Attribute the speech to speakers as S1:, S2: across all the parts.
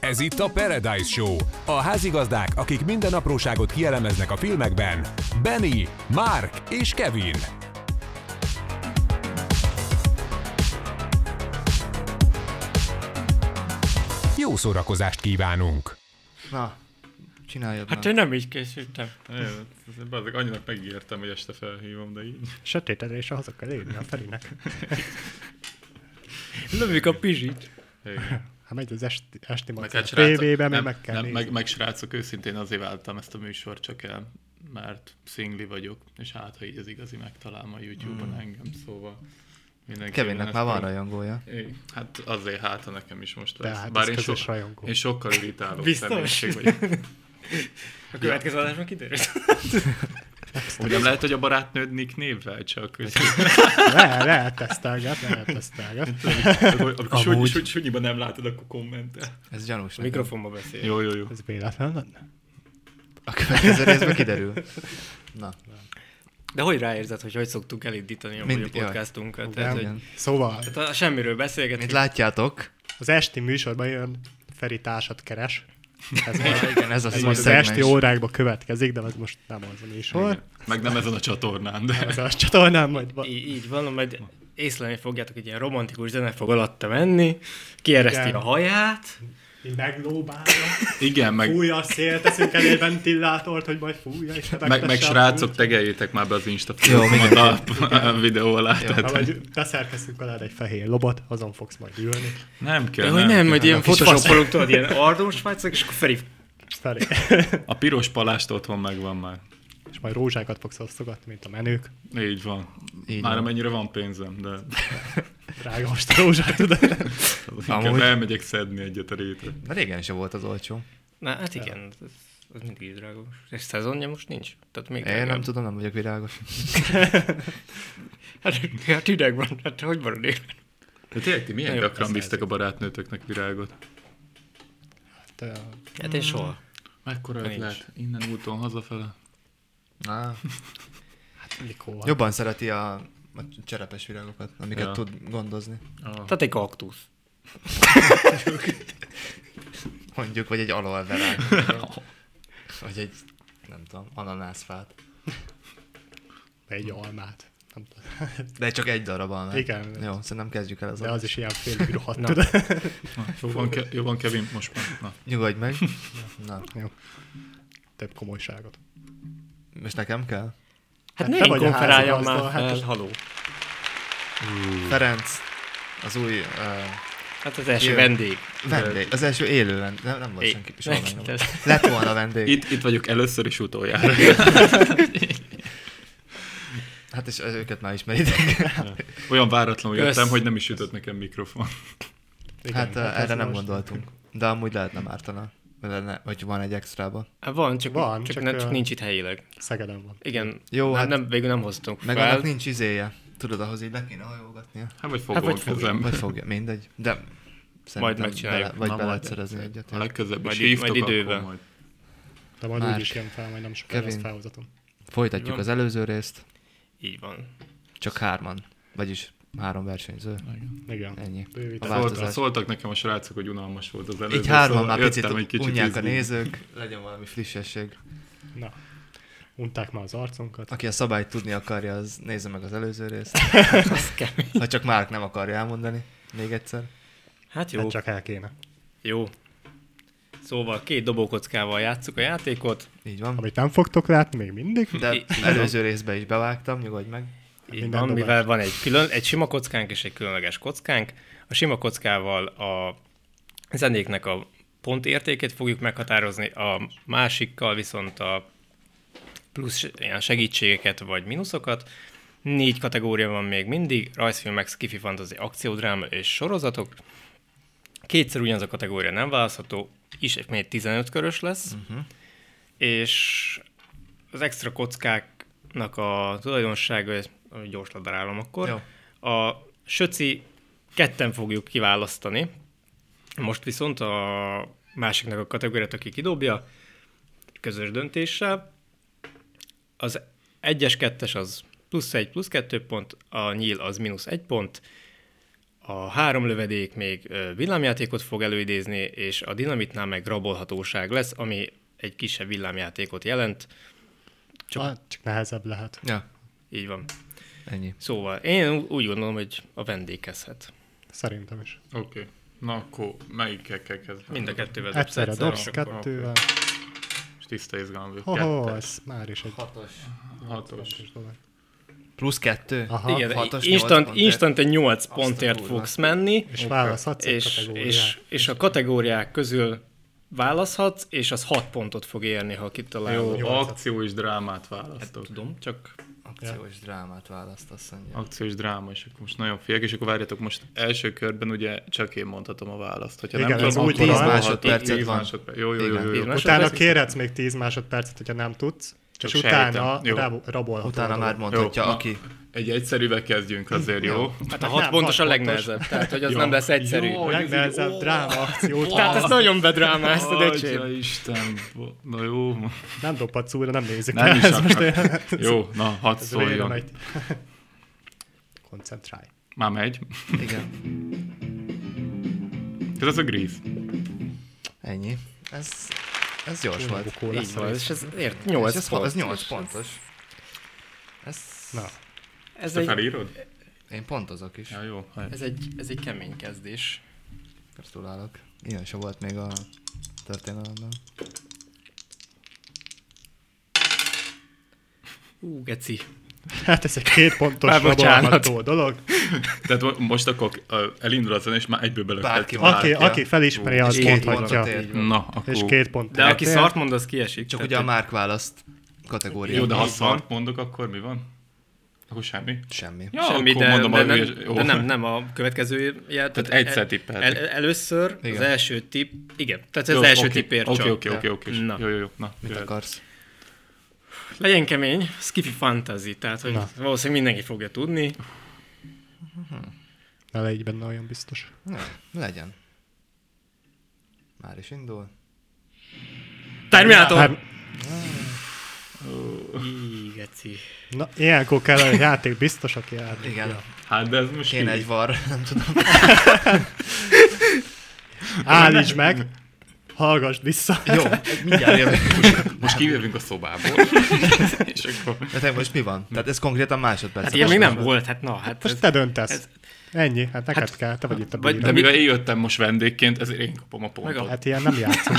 S1: Ez itt a Paradise Show. A házigazdák, akik minden apróságot kielemeznek a filmekben. Benny, Mark és Kevin. Jó szórakozást kívánunk!
S2: Na, csináljad
S3: Hát
S2: már.
S3: én nem így készültem.
S4: Bazzik, annyira megígértem, hogy este felhívom, de így.
S5: Sötétedésre haza kell érni a Hát felének.
S3: Lövjük a pizsit.
S4: Igen.
S5: Ha megy az esti, esti
S4: Meg
S5: maci
S4: hát
S5: a
S4: srácok,
S5: tévében,
S4: nem,
S5: mert meg kell
S4: nem, meg,
S5: nézni.
S4: meg, srácok, őszintén azért váltam ezt a műsort csak el, mert szingli vagyok, és hát ha így az igazi megtalál a YouTube-on engem, szóval mindenki.
S2: Kevinnek már van rajongója.
S4: Hát azért hát, ha nekem is most lesz.
S5: De hát
S4: Bár
S5: ez
S4: én,
S5: közös
S4: so,
S5: rajongó.
S4: én sokkal irritáló
S3: Biztos?
S4: személyiség vagyok.
S3: A következő adásban kiderül.
S4: Úgy nem lehet, hogy a barátnőd Nick névvel csak. hogy-
S5: Le, lehet tesztelget, lehet tesztelget.
S4: Amikor sunyi- sunyi- sunyiban nem látod, akkor kommentel.
S2: Ez gyanús. nekem.
S3: Mikrofonba beszél.
S4: Jó, jó, jó.
S5: Ez véletlen lenne?
S2: A következő részben kiderül. Na,
S3: De hogy ráérzed, hogy hogy szoktuk elindítani amúgy a
S2: Mindig, jaj.
S3: podcastunkat?
S5: Nem?
S3: Tehát, hogy,
S2: igen.
S5: Szóval,
S3: tehát a semmiről
S2: Mint
S3: beszélgetünk.
S2: látjátok,
S5: az esti műsorban jön Feri társat keres. Ez,
S2: ez,
S5: a,
S2: igen, ez az,
S5: ez
S2: új
S5: most az esti
S2: szegmens.
S5: órákban következik, de az most nem az a műsor.
S4: Meg nem ezen a csatornán, de...
S5: Ez a csatornán majd van.
S3: Í- így van, majd észlelni fogjátok, hogy ilyen romantikus zene fog alatta menni, kiereszti
S5: Igen.
S3: a haját,
S5: Mindegy lóbálja.
S4: Igen, meg,
S5: Fújja a szél, teszünk elé ventilátort, hogy majd fújja. És
S4: meg, meg srácok, tegeljétek már be az Insta
S2: mindenki.
S4: a a videó alá.
S5: Ha
S4: Tehát,
S5: vagy beszerkesztünk alá egy fehér lobot, azon fogsz majd ülni.
S4: nem kell.
S3: de hogy nem, hogy ilyen
S2: a kis
S3: photoshopolunk, tudod, ilyen ardós fájcok, és akkor Feri
S5: Felé.
S4: A piros palást otthon megvan már.
S5: És majd rózsákat fogsz osztogatni, mint a menők.
S4: Így van.
S2: Így
S4: már
S2: van.
S4: amennyire van pénzem, de
S5: Drága most a rózsát, tudod?
S4: inkább
S2: Amúgy.
S4: elmegyek szedni egyet a rétre.
S2: Na régen is volt az olcsó.
S3: Na hát igen, az, az mindig drágos. És szezonja most nincs. Tehát még
S2: Én nem
S3: drágább.
S2: tudom, nem vagyok virágos.
S3: Hát, hát ideg van, hát hogy marad élet?
S4: De tényleg ti milyen
S3: Jó,
S4: gyakran
S3: ez
S4: bíztek a barátnőtöknek virágot?
S5: Hát, ö,
S3: Hát én soha.
S4: Mekkora
S3: Nincs.
S4: ötlet? Innen úton hazafele?
S2: Á,
S5: Mikó van.
S2: jobban szereti a, a cserepes virágokat, amiket
S4: Ja.
S2: tud gondozni.
S4: Ah.
S3: Tehát egy kaktusz.
S2: Mondjuk, vagy egy aloe verát. vagy egy, nem tudom, ananászfát.
S5: Egy almát. Nem tudom.
S2: De csak egy darab almát.
S5: Igen.
S2: Jó, szerintem kezdjük el az
S5: De az is ilyen félig rohadt,
S3: Na.
S5: tudod?
S4: Jobban, ke- jobban Kevin most már. Na.
S2: Nyugodj meg. Na,
S5: Több komolyságot.
S2: most nekem kell?
S3: Hát,
S5: Hát
S3: ne
S5: te
S3: én
S5: vagy a
S3: konferáljam
S5: házigazda,
S3: már
S5: hát
S3: fel,
S5: most-
S3: haló.
S2: Ferenc, az új uh,
S3: Hát az első
S2: Jö.
S3: vendég.
S2: vendég, az első élő vendég. Nem, nem volt
S3: É,
S2: senki, soha meg
S3: neki
S2: nem
S3: te-
S2: volt. Lett volna vendég.
S4: Itt, itt vagyok először és utoljára.
S2: Hát és őket már ismeritek. Hát,
S4: Olyan váratlanul jöttem,
S3: Össz-
S4: hogy nem is ütött nekem mikrofon.
S5: Igen,
S2: Hát uh, erre
S5: ez
S2: nem
S5: most-
S2: gondoltunk. De amúgy lehetne Mártana. Vagy Lenne, vagy van egy extrába.
S3: Hát van, csak,
S5: Van,
S3: csak,
S5: csak,
S3: ne,
S5: ö,
S3: csak nincs itt helyileg.
S5: Szegeden van.
S3: Igen,
S2: Jó,
S3: Jó, hát
S2: hát-
S3: nem, végül nem hoztunk
S2: Meg
S3: fel.
S2: annak nincs izéje. Tudod, ahhoz így le kéne hajolgatnia.
S4: Hát vagy fogom
S3: vagy
S4: hát,
S3: fogom.
S4: kezembe.
S2: Vagy fogja, mindegy. De szerintem
S3: megcsináljuk.
S2: Bele, vagy
S4: Na,
S2: be
S4: majd
S2: lehet szerezni
S4: egyszer.
S2: egyet.
S4: Ha legközebb
S3: Majd
S4: is
S3: i-
S4: hívtok,
S3: majd idővel.
S4: akkor majd.
S5: De majd
S2: Márk.
S5: úgy is jön fel, majd nem sokára
S2: Kevin.
S5: ezt felhozatom.
S2: Folytatjuk
S3: Van.
S2: az előző részt.
S3: Így van.
S2: Csak hárman. Vagyis három versenyző.
S5: Igen.
S2: Ennyi.
S5: Bővítem.
S2: A
S4: Szólt,
S2: változás.
S4: szóltak nekem a srácok, hogy unalmas volt az előző.
S2: Így hárman
S4: szóval
S2: már
S4: jöttem
S2: picit,
S4: egy kicsit izé.
S2: unják a
S4: izgulni.
S2: nézők. Legyen valami frissesség.
S5: Na. Unták már az arcunkat.
S2: Aki a szabályt tudni akarja, az nézze meg az előző részt.
S3: Ez kemény.
S2: Ha csak Márk nem akarja elmondani. Még egyszer.
S3: Hát jó,
S5: Hát csak el kéne.
S3: jó. Szóval két dobókockával játsszuk a játékot.
S2: Így van.
S5: Amit nem fogtok látni még mindig,
S2: De
S3: I- igen.
S2: előző részbe is bevágtam, nyugodj meg.
S3: Így
S5: Minden
S3: van,
S5: dobás.
S3: mivel van egy, külön, egy sima kockánk és egy különleges kockánk. A sima kockával a zenéknek a pont értékét fogjuk meghatározni, a másikkal viszont a plusz ilyen segítségeket vagy mínuszokat. Négy kategória van még mindig, rajzfilmek, skifi fantasy, akciódráma és sorozatok. Kétszer ugyanaz a kategória nem választható, ismét 15 körös lesz, uh-huh. és az extra kockáknak a tulajdonsága, ez- amit gyors ledarálom akkor,
S2: Jó.
S3: a söci ketten fogjuk kiválasztani, most viszont a másiknak a kategóriát, aki kidobja, közös döntéssel, az egyes kettes az plusz egy, plusz kettő pont, a nyíl az mínusz egy pont, A három lövedék még ö, villámjátékot fog előidézni, és a dinamitnál meg rabolhatóság lesz, ami egy kisebb villámjátékot jelent.
S5: Csak, ah, csak nehezebb lehet.
S2: Ja,
S3: Így van.
S2: ennyi.
S3: Szóval én ú- úgy gondolom, hogy a vendég kezdhet.
S5: Szerintem is.
S4: Oké. Okay. Na akkor melyikkel kell kezdeni?
S3: Mind a kettővel dobsz
S5: Egyszerre
S3: egyszerre.
S5: dobsz kettővel.
S4: És tiszta izgalmi.
S5: Hoho,
S4: Kettes,
S5: ez már is egy
S2: Hatos.
S4: Hatos.
S5: fontos dolog.
S2: Plusz kettő?
S5: Aha.
S3: Igen,
S2: Hatos, nyolc
S3: instant,
S2: pontért.
S3: instant 8
S2: a
S3: pontért
S2: kurva.
S3: fogsz menni,
S5: És választhatsz egy
S3: és,
S5: kategóriát.
S3: és, és a kategóriák közül választhatsz, és az 6 pontot fog érni, ha kitalálod.
S4: Jó, akció és drámát választok.
S3: Hát Tudom, csak
S2: Akciós drámát választ, azt mondja.
S4: Akciós dráma, és akkor most nagyon figyelek, és akkor várjatok, most első körben ugye csak én mondhatom a választ. Hogyha
S5: Igen,
S4: nem
S5: ez
S4: tudom,
S5: úgy
S4: akkor
S5: van.
S4: a hat-
S5: 10
S2: másodpercet
S4: tíz
S2: van.
S4: másodperc. Jó, jó,
S2: Igen,
S4: jó,
S2: tíz
S4: jó.
S3: másodperc.
S5: Utána
S3: percig?
S5: kérhetsz még 10 másodpercet, hogyha nem tudsz, és
S4: Csak
S5: utána
S4: sejtem. Jó.
S5: rab- rabolhatod.
S2: Utána már
S4: Jó,
S2: mondhatja,
S4: na,
S2: aki...
S4: Egy egyszerűbe kezdjünk azért, jó?
S3: Hát a 6 pontos a
S5: nem, hat pontos.
S3: legnehezebb, tehát hogy az nem lesz egyszerű.
S4: Jó, hogy ez így-
S5: Legnehezebb
S4: ó,
S5: dráma akciót.
S3: Tehát ezt nagyon bedrámáztad,
S4: Atya
S3: öcsém.
S4: Isten, bo- na jó.
S5: Nem dobhatsz újra, nem nézik.
S4: Nem is
S5: ez most
S4: akar.
S5: olyan-
S4: Jó, na, hadd
S5: ez végre
S4: szóljon.
S5: megy. Koncentrálj.
S4: Már megy.
S2: Igen,
S4: Ez az a gríz.
S2: ennyi. Ez, ez gyors
S5: Tényleg
S2: volt.
S5: bukó lesz
S3: Így van,
S5: ez.
S3: és ez ért
S2: És
S3: 8
S2: ez,
S3: pont.
S2: ez 8 pontos. Ez,
S5: Na,
S3: Ez
S4: Te
S3: egy,
S4: felírod?
S2: én pontozok is.
S4: Ja, jó.
S3: ez, egy, ez egy kemény kezdés.
S2: Gratulálok. Ilyen se volt még a történelemben.
S3: Ú, geci.
S5: hát ez egy két pontos
S3: Már bocsánat.
S5: rabolható dolog.
S4: Tehát mo- most akkor ö, elindul a zene, és már egyből belőtted.
S2: Bárki van.
S5: Aki,
S2: Látja.
S5: aki felismeri,
S2: Ú,
S5: az
S2: és
S5: pont
S2: két
S5: hatja.
S2: pontot ér.
S4: Na, akkor...
S5: És két pont.
S3: De aki
S5: ér.
S3: szart mond, az kiesik.
S2: Csak
S3: tehát
S2: ugye a
S3: egy-
S2: márk választ kategória.
S4: Jó, de ha
S3: Így van.
S4: szart mondok, akkor mi van? Akkor semmi.
S2: Semmi.
S4: Ja,
S3: Semmi,
S4: akkor
S3: de,
S4: mondom
S3: de,
S4: a
S3: nem,
S4: hülyes- jó.
S3: de nem, nem a következő jel.
S4: Tehát egyszer tippeltek.
S3: El, először igen. az
S2: Igen.
S3: első tipp, igen, tehát ez
S4: Jó,
S3: az első
S4: oké,
S3: tippért
S4: Oké,
S3: csak.
S4: oké, oké, oké.
S3: Na.
S4: Jó, jó, jó. Na,
S2: Mit
S4: jöhet.
S2: akarsz?
S3: Legyen kemény, Skiffy Fantasy, tehát hogy
S5: Na.
S3: valószínűleg mindenki fogja tudni.
S5: Ne légy benne olyan biztos.
S2: Na, legyen. Már is indul.
S3: Terminátor!
S5: Hát,
S3: Í, geci. Hát
S5: na, ilyenkor kell a játék biztos, aki játék.
S2: Igen.
S4: Hát de ez most
S2: Kéne
S4: így.
S2: egy var, nem tudom.
S5: Állítsd meg, hallgass vissza.
S2: Jó, mindjárt jövök.
S4: Most kijövünk a szobából. és akkor...
S2: De te most mi van? Tehát ez konkrétan másodperc.
S3: Hát ilyen még nem volt, hát na, hát
S5: Most
S3: ez-
S5: te döntesz.
S3: ez-
S5: Ennyi, hát neked kell, te vagy itt a
S3: vagy-
S5: bíró.
S4: De
S3: mi-
S4: mivel én jöttem most vendégként, ezért én kapom a
S3: Meg a-
S4: pontot.
S5: Hát ilyen nem játszunk.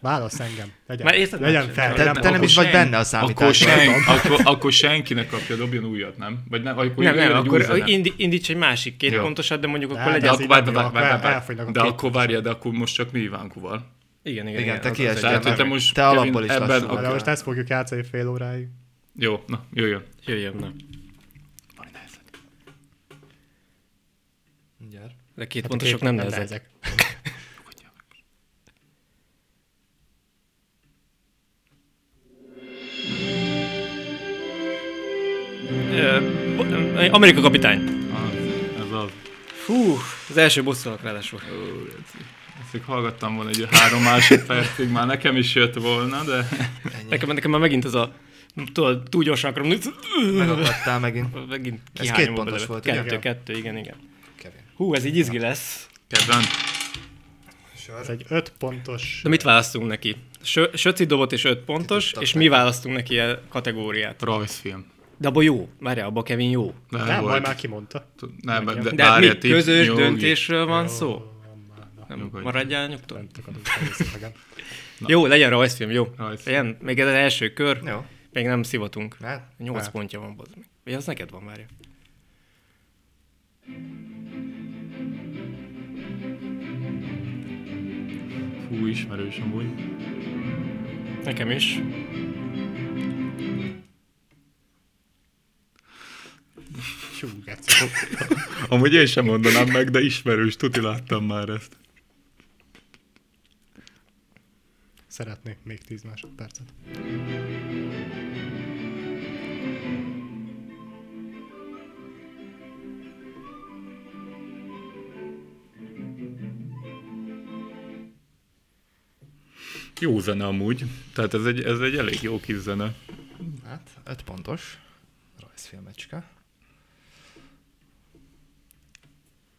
S5: Válasz engem. Legyen,
S3: Már érted,
S5: legyen
S3: nem
S5: fel.
S3: sem.
S2: Te, te nem is vagy benne a
S4: Akkor,
S2: számításban.
S4: sen, akkor, akkor senki ne kapja, dobjon újat, nem? Vagy ne, vagy akkor
S3: nem, nem,
S4: jöjjön egy új
S3: akkor
S4: zene.
S3: indi, indíts egy másik két
S4: Jó.
S3: pontosat, de mondjuk
S5: Ne,
S3: akkor
S4: De hát
S3: legyen.
S5: az
S4: akkor
S5: így
S4: várj,
S5: nem jó,
S4: várj,
S5: akkor
S4: várj,
S5: el-
S4: várj,
S5: elfogynak a
S4: De
S5: két
S4: akkor várja, de akkor most csak mi Ivánkuval.
S3: Igen, igen,
S2: Igen, te hát
S3: az-
S2: kiestél.
S4: Tehát, hogy te
S2: Meg-
S4: most
S2: te
S4: Kevin,
S2: alappal is
S4: ebben
S2: lassan.
S4: a-
S5: De most ezt fogjuk játszani fél óráig.
S4: Jó, na, jöjjön.
S3: az- Jöjjön, na.
S2: Mindjárt.
S3: De két pontosok nem nehezek. Ö, bo- ö, Amerika kapitány.
S4: Az, ez az.
S3: Hú, az első bosszúnak ráadásul.
S4: Ó, Geci. Ezt még hallgattam volna egy három másodpercig, már nekem is jött volna, de...
S3: Nekem, nekem már megint az a, tudod, túl gyorsan akarom,
S2: Megakadtál megint.
S3: megint
S2: Ez
S3: kihányom
S2: két
S3: a
S2: pontos
S3: belevet.
S2: volt,
S3: Kettő,
S5: igen.
S3: kettő, igen, igen.
S2: Kevin.
S3: Hú, ez így izgi lesz.
S4: Kedven,
S5: Ez egy öt pontos.
S3: De mit választunk neki? Sö- Söci dobott és öt pontos, és mi választunk neki a kategóriát.
S4: rajzfilm.
S3: De abba jó. Várjál, abba Kevin jó.
S4: Nem,
S5: Nem,
S4: nem
S5: majd
S4: volt.
S5: már kimondta.
S4: Nem, de,
S3: De hát
S4: várj,
S3: mi
S4: tipp,
S3: közös
S4: jó,
S3: döntésről van szó? Nem,
S4: nyugodj.
S3: maradjál nyugton.
S5: Akadunk egész évben.
S3: Jó, legyen rajzfilm, jó.
S4: Rajzfilm.
S3: Legyen, még ez az első kör,
S2: Jó.
S3: még nem szivatunk.
S2: Hát,
S3: Nyolc
S5: hát.
S3: pontja van, bazd meg. Vagy az neked van, várja.
S4: Fú, ismerős amúgy.
S3: Nekem is.
S5: Hú, geci.
S4: Amúgy én sem mondanám meg, de ismerős, tuti láttam már ezt.
S5: Szeretnék még 10 másodpercet.
S4: Jó zene amúgy, tehát ez egy, ez egy elég jó kis zene.
S2: Hát, öt pontos. Rajzfilmecske.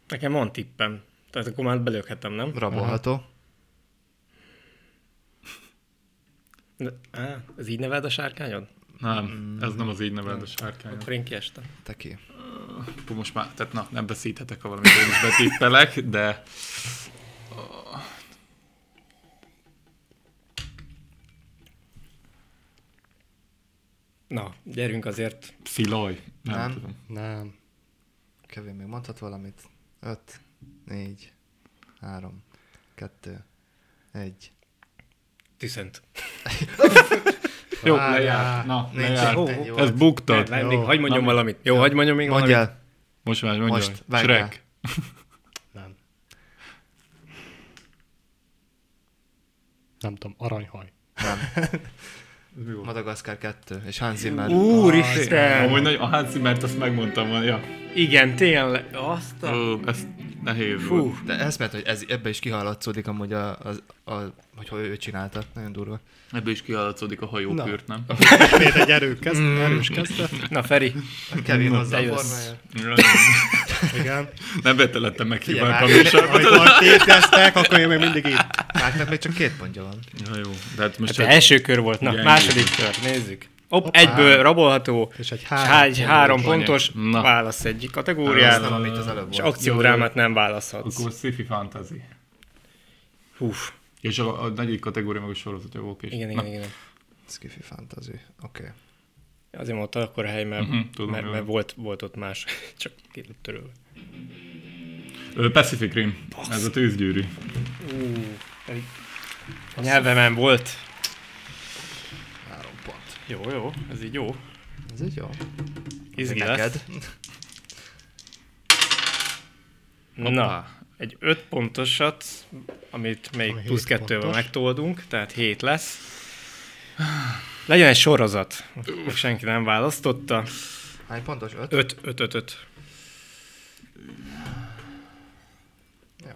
S3: Nekem van tippem. Tehát akkor már belőhettem, nem?
S2: Rabolható.
S3: De, á, ez így neved a sárkányod?
S4: Nem, ez nem az így neveld a sárkány.
S3: Akkor én kiestem.
S2: Te ki.
S4: Akkor most már, tehát na, nem beszíthetek, ha valamit én is betippelek, de
S3: Na, gyerünk azért.
S4: Szilaj. Nem,
S2: Nem.
S4: nem tudom.
S5: Nem.
S2: Kevin még mondhat valamit. 5, 4, 3, 2, 1.
S3: Tüszent.
S4: Jó,
S5: Várjál.
S4: lejár. Na,
S2: Nincs
S4: lejár.
S2: ennyi volt.
S4: Ez buktad.
S3: Várj,
S5: Jó.
S3: még hagyd mondjam
S4: Na,
S3: valamit. Jó, hagyd mondjam még
S2: Mondj
S3: valamit.
S2: el.
S4: Most már mondja.
S2: Most,
S4: Most,
S2: vágj
S4: Shrek.
S5: Nem. Nem tudom, aranyhaj.
S2: Madagaszkár 2 és Hans Zimmer.
S4: Amúgy
S3: Úristen!
S4: nagy, a Hansi, mert azt megmondtam, hogy ja.
S3: Igen, tényleg. Azt a...
S4: Ó, ez nehéz
S3: Fú.
S4: volt.
S2: De ez mert, hogy ez, ebbe is kihallatszódik amúgy, a, a, a, hogy hogy ő csinálta. Nagyon durva.
S4: Ebből is kihallatszódik a hajókürt, nem?
S5: Ismét egy erő kezd, erős kezdte.
S3: Na, Feri.
S2: Kevin hozzá
S3: te
S2: a
S3: jössz.
S2: formáját.
S5: Igen.
S4: Nem betelettem meg
S2: Figyelj,
S4: hibák a
S2: már-
S4: műsorban.
S5: Amikor téteztek, akkor én még mindig itt.
S2: Márknak még csak két pontja van.
S4: Ja, jó. De hát most
S3: Hát
S4: csak-
S3: első kör volt. Na,
S4: Gyengék.
S3: második kör. Nézzük. Hopp,
S5: Hoppá.
S3: egyből rabolható.
S5: És egy
S3: És
S5: három.
S3: há- egy három
S4: pontos.
S3: pontos.
S4: Na.
S3: Válasz egyik
S2: Ez
S3: kategóriát.
S2: nem, amit az előbb
S3: És
S2: volt.
S3: akciódrámát nem választhatsz.
S4: Akkor sci-fi fantasy.
S3: Húf.
S4: És a, a negyedik kategória meg a sorozat, jó, oké.
S3: Igen, igen, igen.
S2: Skiffy Fantasy. Oké. Okay.
S3: Azért mondta akkor a hely, mert,
S4: Mhm, tudom,
S3: mert,
S4: jó.
S3: mert volt, volt ott más, csak ki lett törölve.
S4: Ö, Pacific Rim. Ez a tűzgyűrű.
S3: Ú, a nyelvemen volt.
S2: Három pont.
S3: Jó, jó, ez így jó.
S2: Ez egy jó.
S3: Izgi lesz.
S2: Neked.
S3: Na, egy 5 pontosat, amit még
S5: Ami
S3: plusz
S5: hét
S3: kettővel
S5: pontos.
S3: megtoldunk, tehát 7 lesz. Legyen egy sorozat. Még senki nem választotta.
S2: Hány pontos? Öt?
S3: 5, 5, 5, 5.
S2: Jó.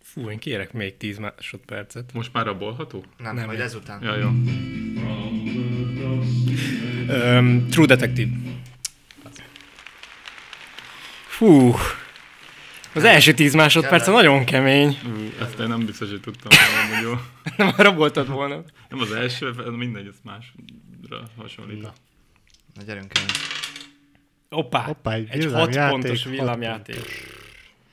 S3: Fú, én kérek még 10 másodpercet.
S4: Most már rabolható?
S2: Nem,
S3: Nem,
S2: nem, majd
S3: nem.
S2: ezután.
S4: Ja, jó.
S3: Um, True Detective. Fú, az első 10 másodperc
S2: Kellett.
S3: nagyon kemény.
S4: Ú, Ezt én nem biztos, hogy tudtam volna, hogy jó.
S3: Nem raboltad volna.
S4: Nem az első, mindegy, ezt másra hasonlít.
S5: Na.
S2: Na gyerünk el.
S3: Oppá,
S5: Hoppá,
S3: egy
S5: egy
S3: 6
S5: villámjáték,
S3: pontos
S5: hat
S3: villámjáték.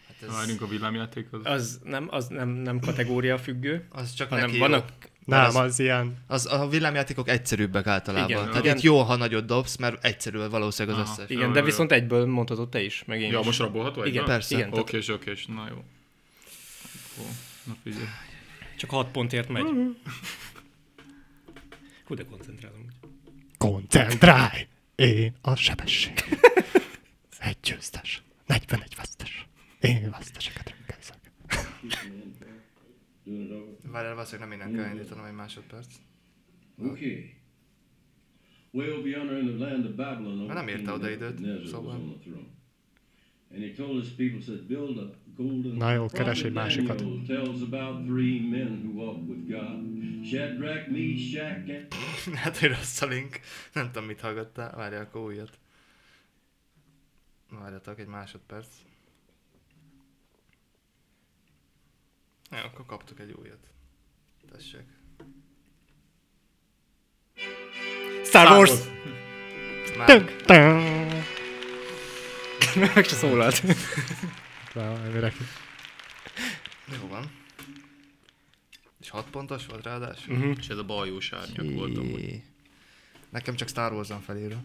S2: Hát ez,
S4: Várjunk a villámjátékhoz.
S3: Az nem, az nem, nem kategória függő,
S2: az csak
S3: hanem
S2: neki jó.
S3: vannak
S5: Nem, az ilyen.
S2: Az, a villámjátékok egyszerűbbek általában.
S3: Igen.
S2: Igen, Tehát
S3: Igen.
S2: itt jó, ha nagyot dobsz, mert egyszerű valószínűleg az
S4: Aha.
S2: összes.
S3: Igen,
S4: Jó,
S3: de
S4: jó, jó.
S3: viszont egyből mondhatod te is, meg én
S4: Ja,
S3: is.
S4: most rabolható egy
S3: Igen,
S4: van?
S2: Persze.
S3: Igen, tehát
S4: Oké, és oké, és na jó. Akkor, na figyelj.
S3: csak 6 pontért megy.
S4: Mhm.
S3: Hú, de koncentrálom.
S5: Koncentrálj! Én a sebesség. Egy győztes. 41 vesztes. Én veszteseket rökkelzek.
S2: Várjál, valószínűleg nem innen kell indítanom egy másodperc.
S6: Okay. Well, beyond her in the land of Babylon,
S2: Már nem írta oda időt, szóval.
S6: And he told his people, said, build a golden
S5: Na jó, keres egy
S6: Prophet Daniel
S5: másikat.
S6: tells about three men who walk with God. Shadrach, Meshach, and...
S2: Hát, hogy rossz a link. Nem tudom, mit hallgattál. Várjál, akkor újat. Várjatok egy másodperc. Jó, akkor kaptuk egy újat. Tessék.
S3: Star Wars!
S2: Már
S3: Meg se szólalt.
S2: jó van. És 6 pontos volt ráadásul?
S4: És ez a bal jó sárnyak volt amúgy.
S2: Jé. Nekem csak Star Wars-on felírva.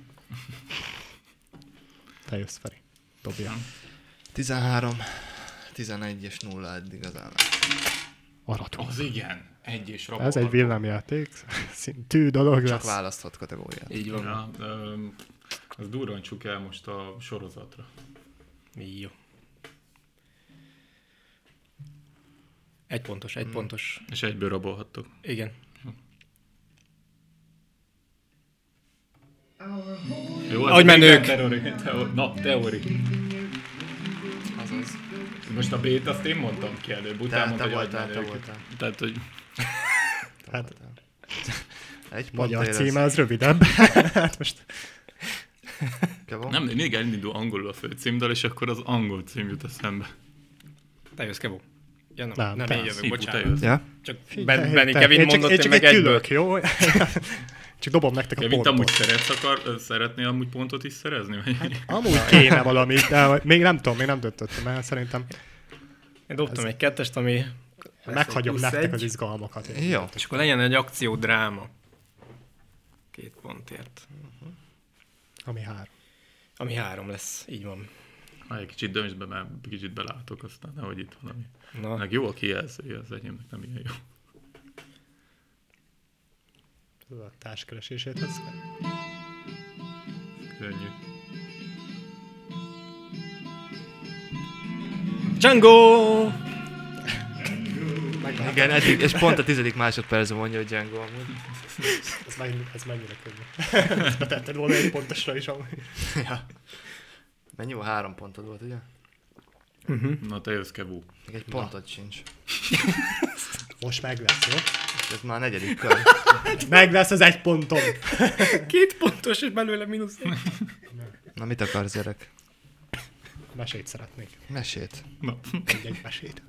S5: Te jössz, Feri. Dobja.
S2: 13, 11 és 0 eddig az állás.
S5: Aratunk.
S4: Az igen, egy és
S5: Ez
S4: rabolható.
S5: egy villámjáték szintű dolog
S2: Csak
S5: lesz.
S2: választhat kategóriát.
S3: Így van.
S4: Ja, öm, az durrancsuk el most a sorozatra.
S3: Jó. Egy pontos,
S2: Mm.
S3: egy pontos.
S4: És egyből rabolhattok.
S3: Igen.
S7: Jó, az
S3: Ahogy
S7: a
S3: menők.
S7: beta Teori, teo, na, teori.
S2: Azaz.
S7: Most a bét azt én mondtam ki előbb, utána
S2: Te,
S7: mondta,
S2: te
S7: hogy
S2: voltál,
S7: voltál,
S2: te voltál.
S4: Tehát, hogy
S5: Hát
S2: Egy
S5: magyar
S2: pont
S5: címe az rövidebb. hát most
S4: nem, mindig elindul angolul a főcímdal, és akkor az angol cím jut eszembe.
S3: Te jössz, Kevo. Ja, nem,
S5: Nem,
S3: nem, nem
S5: te-
S3: így jövök,
S4: Szívú, te
S3: bocsánat.
S4: jössz.
S2: Ja?
S3: Csak
S5: Te
S3: ben, Benny
S5: hittem.
S3: Kevin
S5: én csak,
S3: mondott,
S5: én
S3: én
S5: csak
S3: meg
S5: egy
S3: egyből.
S5: ülök, jó? csak dobom nektek a
S4: Kevin, te
S5: pontot.
S4: amúgy szeretsz, akar, ö, szeretnél amúgy pontot is szerezni? Vagy?
S5: Amúgy kéne valami, de még nem tudom, még nem döntöttem el, szerintem
S3: Én dobtam egy kettest, ami...
S5: meghagyom
S3: plusz
S5: nektek
S3: egy.
S5: az izgalmakat.
S2: Jó.
S3: És akkor legyen egy akciódráma. Két pontért.
S5: Ami három.
S3: Ami három lesz, így van.
S4: Már egy kicsit döntsd be, mert kicsit belátok, aztán nehogy itt valami.
S3: Na.
S4: Meg jó a kijelzője, az enyémnek nem ilyen jó.
S5: Ez a társkeresését vesz fel.
S4: Könnyű.
S3: Django!
S2: Igen, eddig, és pont a tizedik másodpercben mondja, hogy Django amúgy.
S5: Ez, mennyi, ez mennyire könnyű. Ezt betetted volna egy pontosra is amúgy.
S2: Mennyi volt? Három pontod volt, ugye?
S4: Na te jössz, Kevú.
S2: Még egy pontod sincs.
S5: Most meg lesz, jó?
S2: Ez már a negyedik kör.
S5: Meg lesz az egy pontom.
S3: Két pontos, és belőle mínusz egy.
S2: Na mit akarsz, gyerek?
S5: Mesét szeretnék.
S2: Mesét.
S4: Na,
S5: Egy mesét.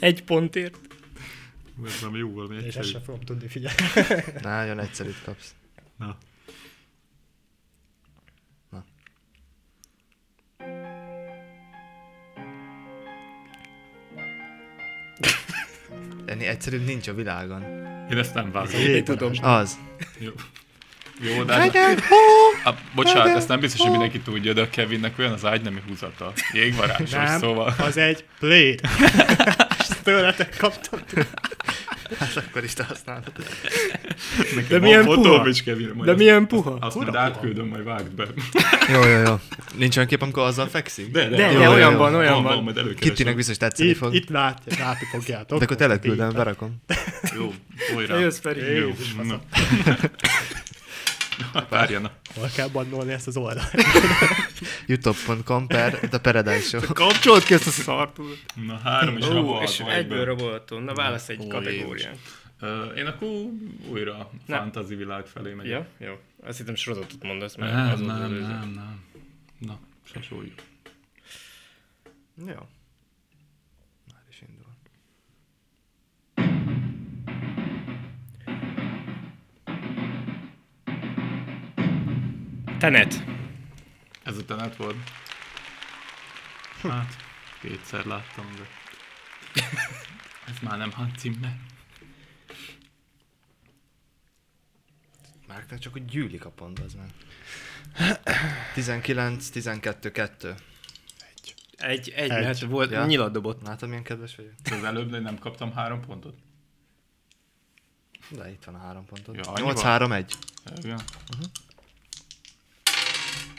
S3: Egy pontért.
S4: ez nem jó valami
S5: És ezt
S4: egyszerű.
S5: sem fogom tudni figyelni.
S2: Nagyon egyszerűt kapsz.
S4: Na.
S2: Na. Ennél egyszerűbb nincs a világon.
S4: Én ezt nem vágom.
S5: Én tudom.
S2: Az.
S4: Jó. Jó, de... Á, bocsánat, ezt nem biztos, hogy mindenki tudja, de a Kevinnek olyan az ágynemi húzata. Jégvarázsos,
S5: Nem,
S4: szóval...
S5: az egy plate. Ezt tőletek kaptam.
S2: Hát akkor is te használod.
S4: Nekem
S3: de
S4: van
S3: milyen
S4: fotóm
S3: puha.
S4: is, Kevin, majd
S3: De
S4: azt-
S3: milyen puha?
S4: Azt majd átküldöm, majd vágd be.
S2: Jó, jó, jó. Nincs olyan kép, amikor azzal fekszik?
S4: De, de,
S3: De,
S2: jó,
S3: de
S2: jó,
S3: olyan
S2: jó.
S3: van, olyan
S4: Van, van,
S3: van.
S4: majd előkeresem.
S2: Kittinek biztos tetszeni
S5: Itt,
S2: fog.
S5: itt látja, látni fogjátok.
S2: De akkor teleküldem, berakom.
S4: Jó,
S3: Te
S4: újra.
S3: jössz, Feri.
S4: Jó, na. Várja, na.
S5: Hol kell bannolni ezt az oldalt?
S2: youtube.com per The Paradise Show.
S3: Kapcsolt ki ezt a szartul.
S4: Na, három és
S3: Ó,
S4: rabolható
S3: és egyből rabolható. Na, válasz egy
S4: Ó,
S3: kategóriát.
S4: Ö, Én akkor újra a
S3: Nem.
S4: fantasy világ felé megyek.
S3: Ja, jó. Azt hittem sorozatot mondasz, mert
S4: Nem,
S3: az volt az
S4: nem,
S3: előző.
S4: nem, nem. Na, sasoljuk.
S2: Jó. Már is indul.
S3: Tenet.
S4: Ez a tenet volt.
S3: Hm.
S4: Hát, kétszer láttam, de... Ez már nem hát címe.
S2: Márknak csak úgy gyűlik a pont, az meg. 19, 12, 2.
S3: Egy, egy, mert volt,
S2: Ja.
S3: nyilat dobott.
S2: Látod, milyen kedves vagyok?
S4: Az előbb de nem kaptam három pontot.
S2: De itt van a három pontod.
S4: Ja,
S2: Ja,
S4: annyi
S2: 8,
S4: van?
S2: 3, 1.
S4: Igen.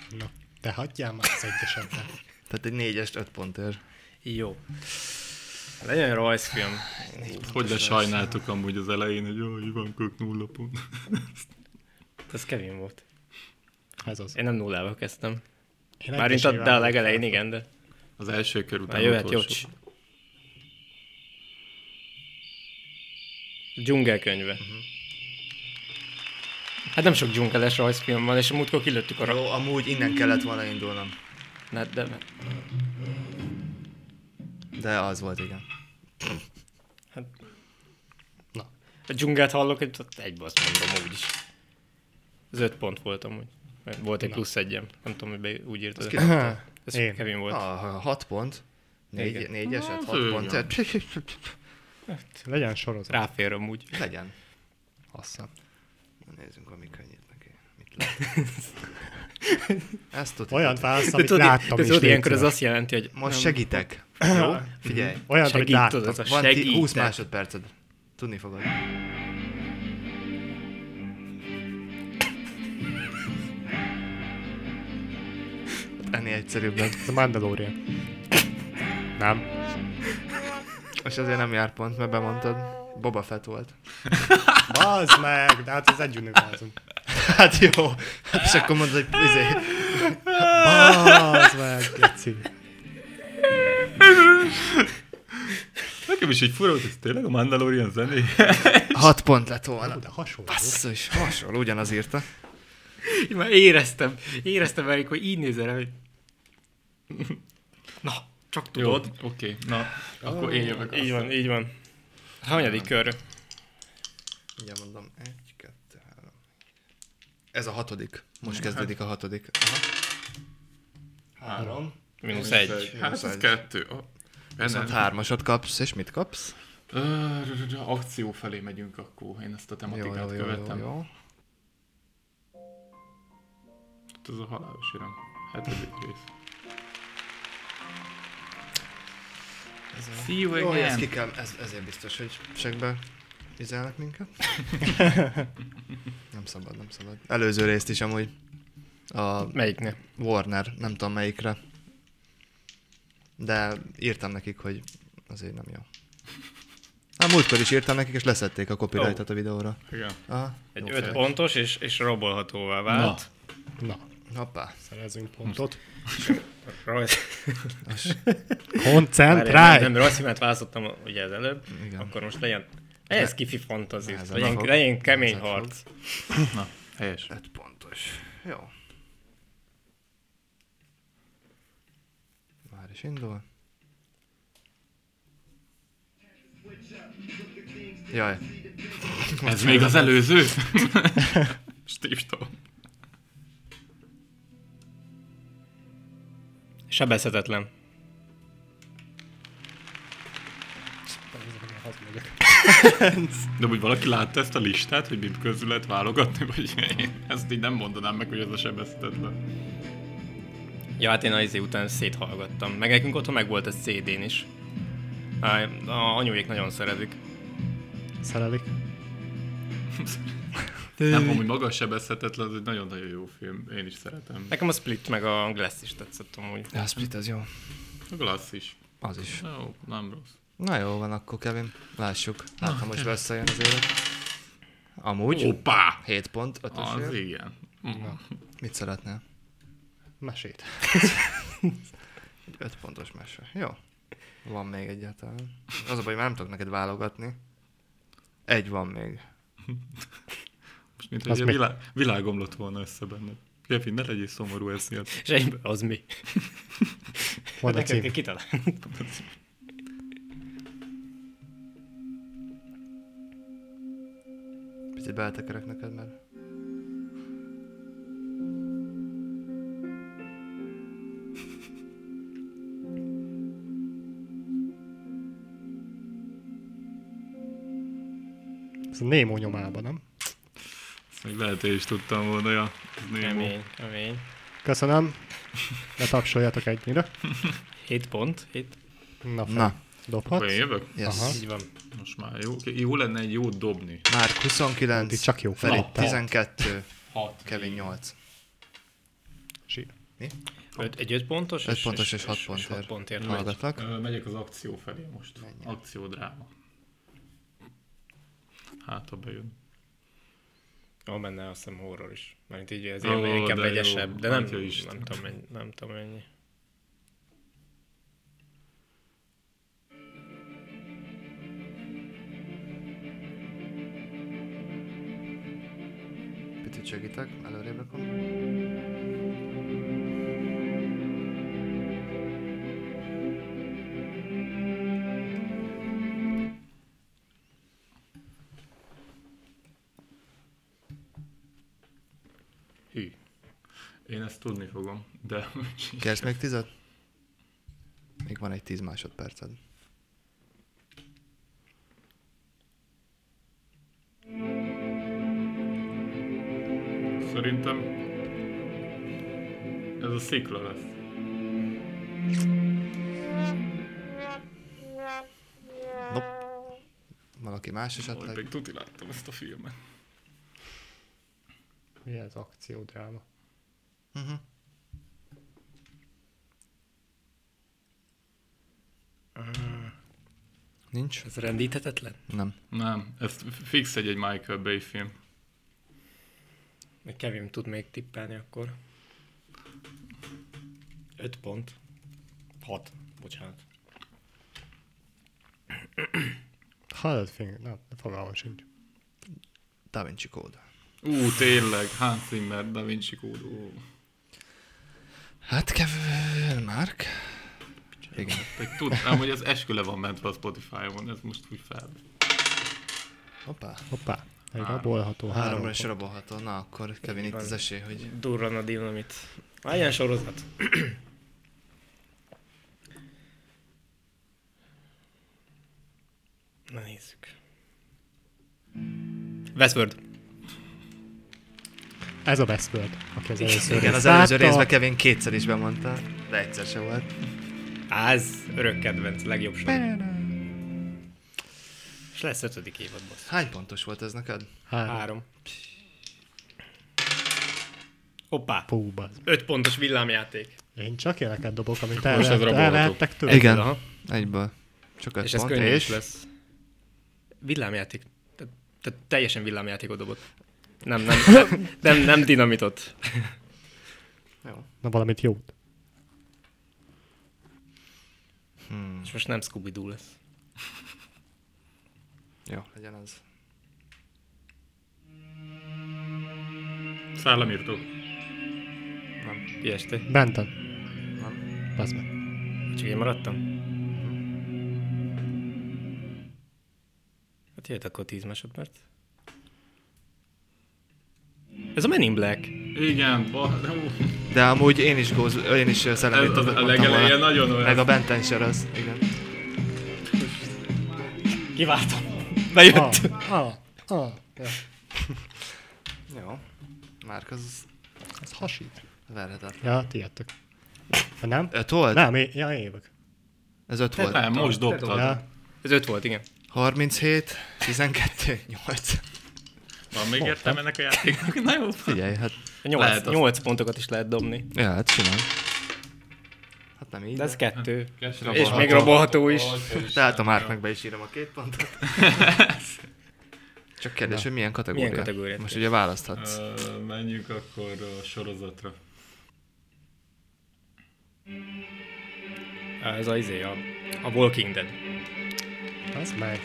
S5: Na, te hagyjál már az egyesetre.
S2: Tehát egy 4-est 5 pontért.
S3: Jó. Legyen rajzfilm.
S4: Hogy lesajnáltuk amúgy az elején, hogy jó, Ivan Kök nulla pont.
S3: Ez Kevin volt.
S5: Ez az.
S3: Én nem nullával kezdtem.
S5: Én egy
S3: Márint a,
S5: esélyvel
S3: de a
S5: vagyok.
S3: legelején, igen, de
S4: Az első kör
S3: már
S4: után
S3: jöhet
S4: utolsó.
S3: Jocs. Dzsungelkönyve. Hát nem sok dzsungeles rajzfilm van, és a múltkor kilőttük a ra...
S2: Jó, amúgy innen kellett volna indulnom.
S3: Na, de...
S2: De az volt, igen.
S3: A dzsungelt hallok, hogy ott egybe azt mondom úgyis. Az öt pont volt amúgy. Mert Volt egy plusz egyem. Nem tudom, hogy be úgy írtad. Ez
S5: Én.
S3: Kevin volt.
S2: Ah, 6 pont.
S3: Igen.
S2: 4, 4 eset, 6
S4: ő
S2: pontért.
S5: Legyen sorozat.
S3: Ráfér amúgy.
S2: Legyen. Hosszabb. Na nézzünk valami könnyít neki. Mit lehet? Ezt tudod.
S5: Olyan válasz, amit
S3: tudod,
S5: láttam
S3: de
S5: is.
S3: tudod,
S5: légy
S3: ilyenkor ez
S5: szíves.
S3: azt jelenti, hogy
S2: Most segítek. Jó? Figyelj.
S5: Olyan, amit
S3: segít, tudod,
S5: láttam.
S3: ez a
S2: Van ti- 20
S3: segít.
S2: másodperced. Tudni fogod. Ennél egyszerűbb lett.
S5: Ez a Mandalorian. Nem.
S2: Most azért nem jár pont, mert bemondtad. Boba Fett volt.
S5: Bazd meg, de hát ez egy univerzum.
S2: Hát jó. Hát és akkor mondod, hogy izé,
S5: Bazd meg, geci.
S8: Nekem is egy fura volt, ez tényleg a Mandalorian zené.
S2: 6 pont lett volna.
S5: De hasonló.
S2: Basszus, hasonló, ugyanaz írta.
S3: Én már éreztem, éreztem elég, hogy így nézel el, hogy... Na, csak
S4: Jó,
S3: tudod.
S4: oké, na, akkor én jövök.
S3: Így van, így van. Hanyadik kör?
S2: Ugye mondom, egy, kettő, három. Ez a hatodik. Most kezdődik a hatodik. Aha. Három.
S3: Minusz egy.
S4: Hát ez kettő. Oh,
S2: Viszont hármasat kapsz, és mit kapsz?
S4: akció felé megyünk akkor, én ezt a
S2: Jó,
S4: tematikát
S2: jó, jó, jó,
S4: követem.
S2: jó.
S4: Ez a halálos irány. Hetedik rész.
S3: See you
S2: Jó, hogy ezt
S3: again.
S2: ki kell, ez, ezért biztos, hogy segbe izelnek minket. nem szabad, nem szabad. Előző részt is amúgy a
S3: Melyiknek?
S2: Warner, nem tudom melyikre. De írtam nekik, hogy azért nem jó. A múltkor is írtam nekik, és leszették a copyrightot a videóra.
S4: Igen.
S2: Aha,
S3: Egy
S2: jó
S3: 5
S2: fej.
S3: pontos és, és rabolhatóvá vált.
S5: Na,
S2: Hoppá.
S5: szerezünk pontot.
S3: Rajz...
S5: Koncentrálj!
S3: Nem, rajzfilmet választottam ugye az előbb,
S2: Igen.
S3: akkor most legyen... Ez kifi fantasy,
S2: Nehezen
S3: legyen,
S2: fog.
S3: legyen kemény
S2: Nehezen
S3: harc.
S4: Helyes.
S2: 5 pontos. Jó. Már is indul. Jaj.
S4: Ez még az előző? Steve Tom.
S3: Sebezhetetlen.
S4: De úgy valaki látta ezt a listát, hogy mit közül lehet válogatni, vagy én ezt így nem mondanám meg, hogy ez a sebezhetetlen.
S3: Ja, hát én az izé után széthallgattam. Meg nekünk otthon meg volt a CD-n is. Á, A anyuék nagyon szeretik.
S5: Szerelik.
S4: Nem, amúgy maga a sebezhetetlen, az egy nagyon-nagyon jó film. Én is szeretem.
S3: Nekem a Split meg a Glass is tetszett amúgy.
S2: Ja, a split az jó.
S4: A Glass is.
S2: Az is.
S4: Jó, nem rossz.
S2: Na jó van akkor, Kevin. Lássuk. Hát, ha most visszajön az élet. Amúgy.
S4: Hoppá!
S2: 7 pont, 5
S4: Az igen. Mm.
S2: Mit szeretnél?
S5: Mesét.
S2: Egy 5 pontos mese. Jó. Van még egyáltalán. Az a baj, már nem tudok neked válogatni. Egy van még.
S4: Most mint
S5: Az
S4: hogy a
S5: mi?
S4: vilá- világ omlott volna össze benned. Kevin, ne legyél szomorú ez miatt.
S3: És egyből az mi?
S5: Mondd a
S3: Neked
S5: cím.
S3: kell kitalálni.
S2: Picit beletekerek neked, mert...
S5: Ez a Némó nyomában, nem?
S4: Ezt még lehet, én is tudtam volna, ja. Ez némi.
S3: Kemény, kemény.
S5: Köszönöm. Ne tapsoljatok egynyire.
S3: 7 pont, 7.
S5: Na, fel.
S2: Na,
S4: Akkor én
S5: Dobhatsz.
S4: jövök?
S2: yes.
S5: Aha.
S3: Így van.
S4: Most már jó, jó lenne egy jót dobni.
S2: Már 29.
S5: Itt csak jó
S2: Feri
S5: Na,
S2: 12.
S4: 6.
S2: Kevin 8.
S5: Sír.
S3: Öt, egy 5 pontos,
S2: Öt pontos és hat
S3: és
S2: pontért.
S3: hat pontért. megy.
S2: Hallgatlak.
S4: Megyek az akció felé most. Akciódráma. Hát, ha bejön.
S3: Jó, benne azt hiszem horror is. Mert így ez
S4: Ó,
S3: ilyen inkább
S4: de jó.
S3: vegyesebb, de nem,
S4: Atya Isten.
S3: nem, tudom, mennyi, nem tudom mennyi.
S2: Picit segítek, előrébb rakom.
S4: Hű. Én ezt tudni fogom, de...
S2: Kérsz még 10 Még van egy 10 másodperced.
S4: Szerintem ez a szikla lesz.
S2: Nope. Valaki más
S4: Hogy
S2: esetleg?
S4: még tuti láttam ezt a filmet.
S5: Mi ez akciódráma?
S2: Nincs?
S5: Ez rendíthetetlen?
S2: Nem.
S9: Nem, ez fix egy, egy Michael Bay film.
S3: Még Kevin tud még tippelni akkor.
S5: 5 pont. 6. Bocsánat. Hát, finger, na, fogalmam sincs.
S2: Da Vinci kód.
S9: Ú, tényleg, Hans Zimmer, Da Vinci Code. Ú,
S2: Hát kevő, Márk. Igen.
S9: Pedig tudtam, hogy ez esküle van mentve a Spotify-on, ez most úgy fel.
S2: Hoppá.
S5: Hoppá. Egy rabolható. Három
S2: Háromra is
S5: pont.
S2: rabolható. Na, akkor Kevin itt az esély, hogy
S3: Durran a dinamit. Már ilyen sorozat. Na nézzük. Westworld.
S5: Ez a Westworld, aki az előző
S2: Igen, az
S5: részt
S2: előző
S5: látta.
S2: részben Kevin kétszer is bemondta, de egyszer se volt.
S3: Á, Ez örök kedvenc, legjobb sorozat. És lesz ötödik évad, boss.
S2: Hány pontos volt ez neked?
S5: Három.
S3: Három. Hoppá.
S5: Pú, bazd.
S3: Öt pontos villámjáték.
S5: Én csak ilyeneket dobok, amit
S9: Most ez
S5: el,
S9: rabolható.
S5: elvehettek tőle.
S2: Igen.
S3: Aha.
S2: Egyből. Csak öt
S3: És ez
S2: pont,
S3: könnyű is
S2: és
S3: lesz. Villámjáték. Tehát te teljesen villámjátékot dobott. Nem, nem, nem, nem, nem dinamitot.
S5: Na valamit jót.
S3: És most nem scooby doo lesz.
S2: Jó, legyen az.
S9: Szellemírtó.
S3: Nem, ilyesmi.
S5: Benton.
S2: Nem.
S5: Bazd meg.
S3: Csak én maradtam. Hát jött akkor 10 másodperc. Ez a Men in Black.
S9: Igen, ba, de ú,
S2: De amúgy én is, góz, én is ö,
S9: ez az
S2: szellemítot
S9: a
S2: mondtam
S9: legeleje
S2: volna.
S9: nagyon
S2: Meg
S9: olyan.
S2: a Benten se rossz. Igen.
S3: Kiváltam. Bejött.
S5: Ah, ah, ah. Ja,
S2: Jó. Márk az
S5: ez hasít.
S2: verhetetlen.
S5: Ja, ti jöttök. Ha nem?
S2: Öt volt?
S5: Nem, én, ja, én jövök.
S2: Ez öt volt.
S9: Nem, most dobtad.
S5: Ja,
S3: Ez öt volt, igen.
S2: 37, 12, 8.
S9: Van még értem ennek a játéknak? Na jó.
S2: Figyelj, hát...
S3: Nyolc,
S9: Lehet az.
S3: nyolc pontokat is lehet dobni.
S2: Ja, hát simán. Hát nem így.
S3: De
S2: de-
S3: ez kettő. És
S2: Rabolható.
S3: még rabolható is.
S2: Tehát a Márknak be is írom a két pontot. Csak kérdés, hogy milyen kategória?
S3: Milyen kategóriát
S2: Most
S3: kérsz?
S2: ugye választhatsz.
S9: Ö, Menjünk akkor a sorozatra.
S3: Ez a izé, a, a Walking Dead.
S5: az meg.